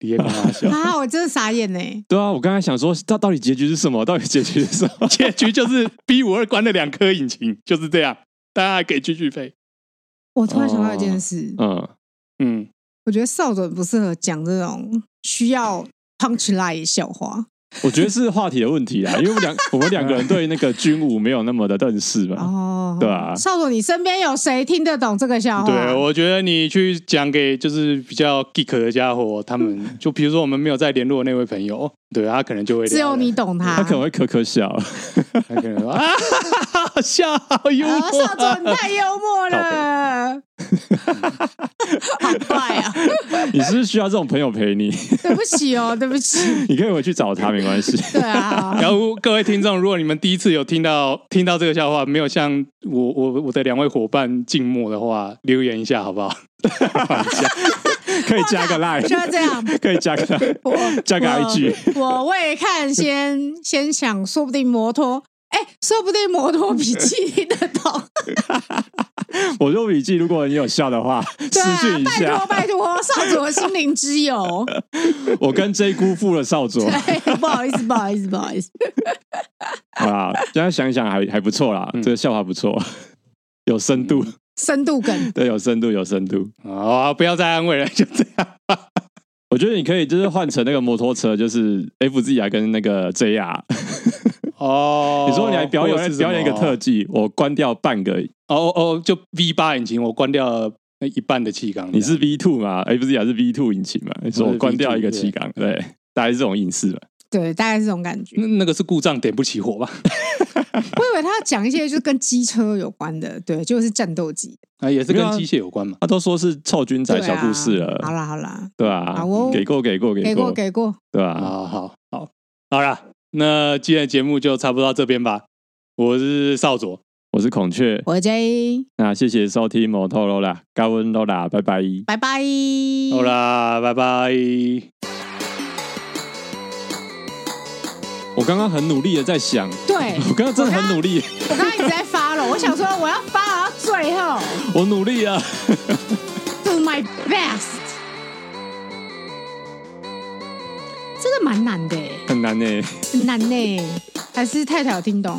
B: 你也开玩笑
D: 啊，我真的傻眼呢、
C: 对啊，我刚才想说，到到底结局是什么？到底结局是什么？ *laughs*
B: 结局就是 B 五二关了两颗引擎，就是这样，大家还可以继续飞。
D: 我突然想到一件事，
C: 嗯，
B: 嗯，
D: 我觉得少佐不适合讲这种需要 punch line 的笑话
C: 我觉得是话题的问题啊啦，因为我们
D: *laughs*
C: 两我们两个人对那个军武没有那么的认识嘛。
D: 哦。
C: 对啊
D: 少佐，你身边有谁听得懂这个笑话？
B: 对，啊我觉得你去讲给就是比较 geek 的家伙，他
D: *laughs*
B: 们就比如说我们没有在联络的那位朋友，哦对他可能就会
D: 只有
B: 聊了
D: 你，懂他。
C: 他可能会咳咳笑， *laughs*
B: 他可能说啊， *laughs* 好笑，好幽
D: 哦，
B: 默啊
D: 少佐，你太幽
C: *laughs*
D: 默了，好怪啊！
C: 你是不是需要这种朋友陪你？ *laughs*
D: 对不起哦，对不起。
C: 你可以回去找他，没关系。 *laughs*
D: 对
B: *laughs*
D: 啊，
B: 然后各位听众，如果你们第一次有听到听到这个笑话，没有像我我我的两位伙伴静默的话，留言一下好不 *laughs* 好？
C: 可以加个 line，
D: 就是这样。
C: *laughs* 可以加个 line，
D: 我
C: *laughs* 加个 IG。
D: 我我未看先先想，说不定摩托，哎、说不定摩托比气听 *laughs* 得懂。
C: 我做笔记，如果你有笑的话，私
D: 对啊
C: 讯一，
D: 拜托
C: 下。
D: 拜托，少佐的心灵
C: *laughs*
D: 之友。
C: 我跟 J 辜负了少佐，
D: 对，不好意思，不好意思，不好意思。
C: *laughs* 好啦，现在想想还还不错啦，
B: 嗯
C: 这个笑话不错，有深度，
D: 深度梗，
C: 对，有深度，有深度。
B: 好啊，不要再安慰了，就这样。
C: 我觉得你可以就是换成那个摩托车，就是 FZR 跟那个 JR。
B: 哦，
C: 你说你来表
B: 或者
C: 演
B: 是什么
C: 表演一个特技，我关掉半个，
B: 哦哦哦，就 V 八引擎我关掉了那一半的气缸，
C: 你是 V two 嘛？FZR 是 V two 引擎嘛？你说啊我关掉一个
B: V2
C: 气缸，对，大概是这种意思吧。
D: 对，大概是这种感觉。
B: 那那个是故障点不起火吧？
D: 我以为他要讲一些就是跟机车有关的，对，就是战斗机。
B: 啊，也是
C: 没有
B: 跟
C: 啊
B: 机械有关嘛。
C: 他都说是臭军仔
D: 对
C: 小
D: 啊
C: 故事了，
D: 好啦好啦，
C: 对吧、
D: 好哦
C: 给过给过
D: 给
C: 嗯给
D: 过给过，
C: 对吧、
B: 啊，好好好啦，那今天的节目就差不多到这边吧。我是少佐，
C: 我是孔雀，
D: 我 J，
C: 那谢谢收听摩托罗拉，高温罗拉，拜拜。
D: 拜拜。
B: 好啦，拜拜。
C: 我刚刚很努力的在想，
D: 对，
C: *laughs* 我刚刚真的很努力，
D: 我刚刚一直在发了，我想说我要发到啊最后
C: 我努力啊。
D: ，do my best。这个蛮难的耶，
C: 很难呢、
D: 欸很难呢，还是太太有听懂。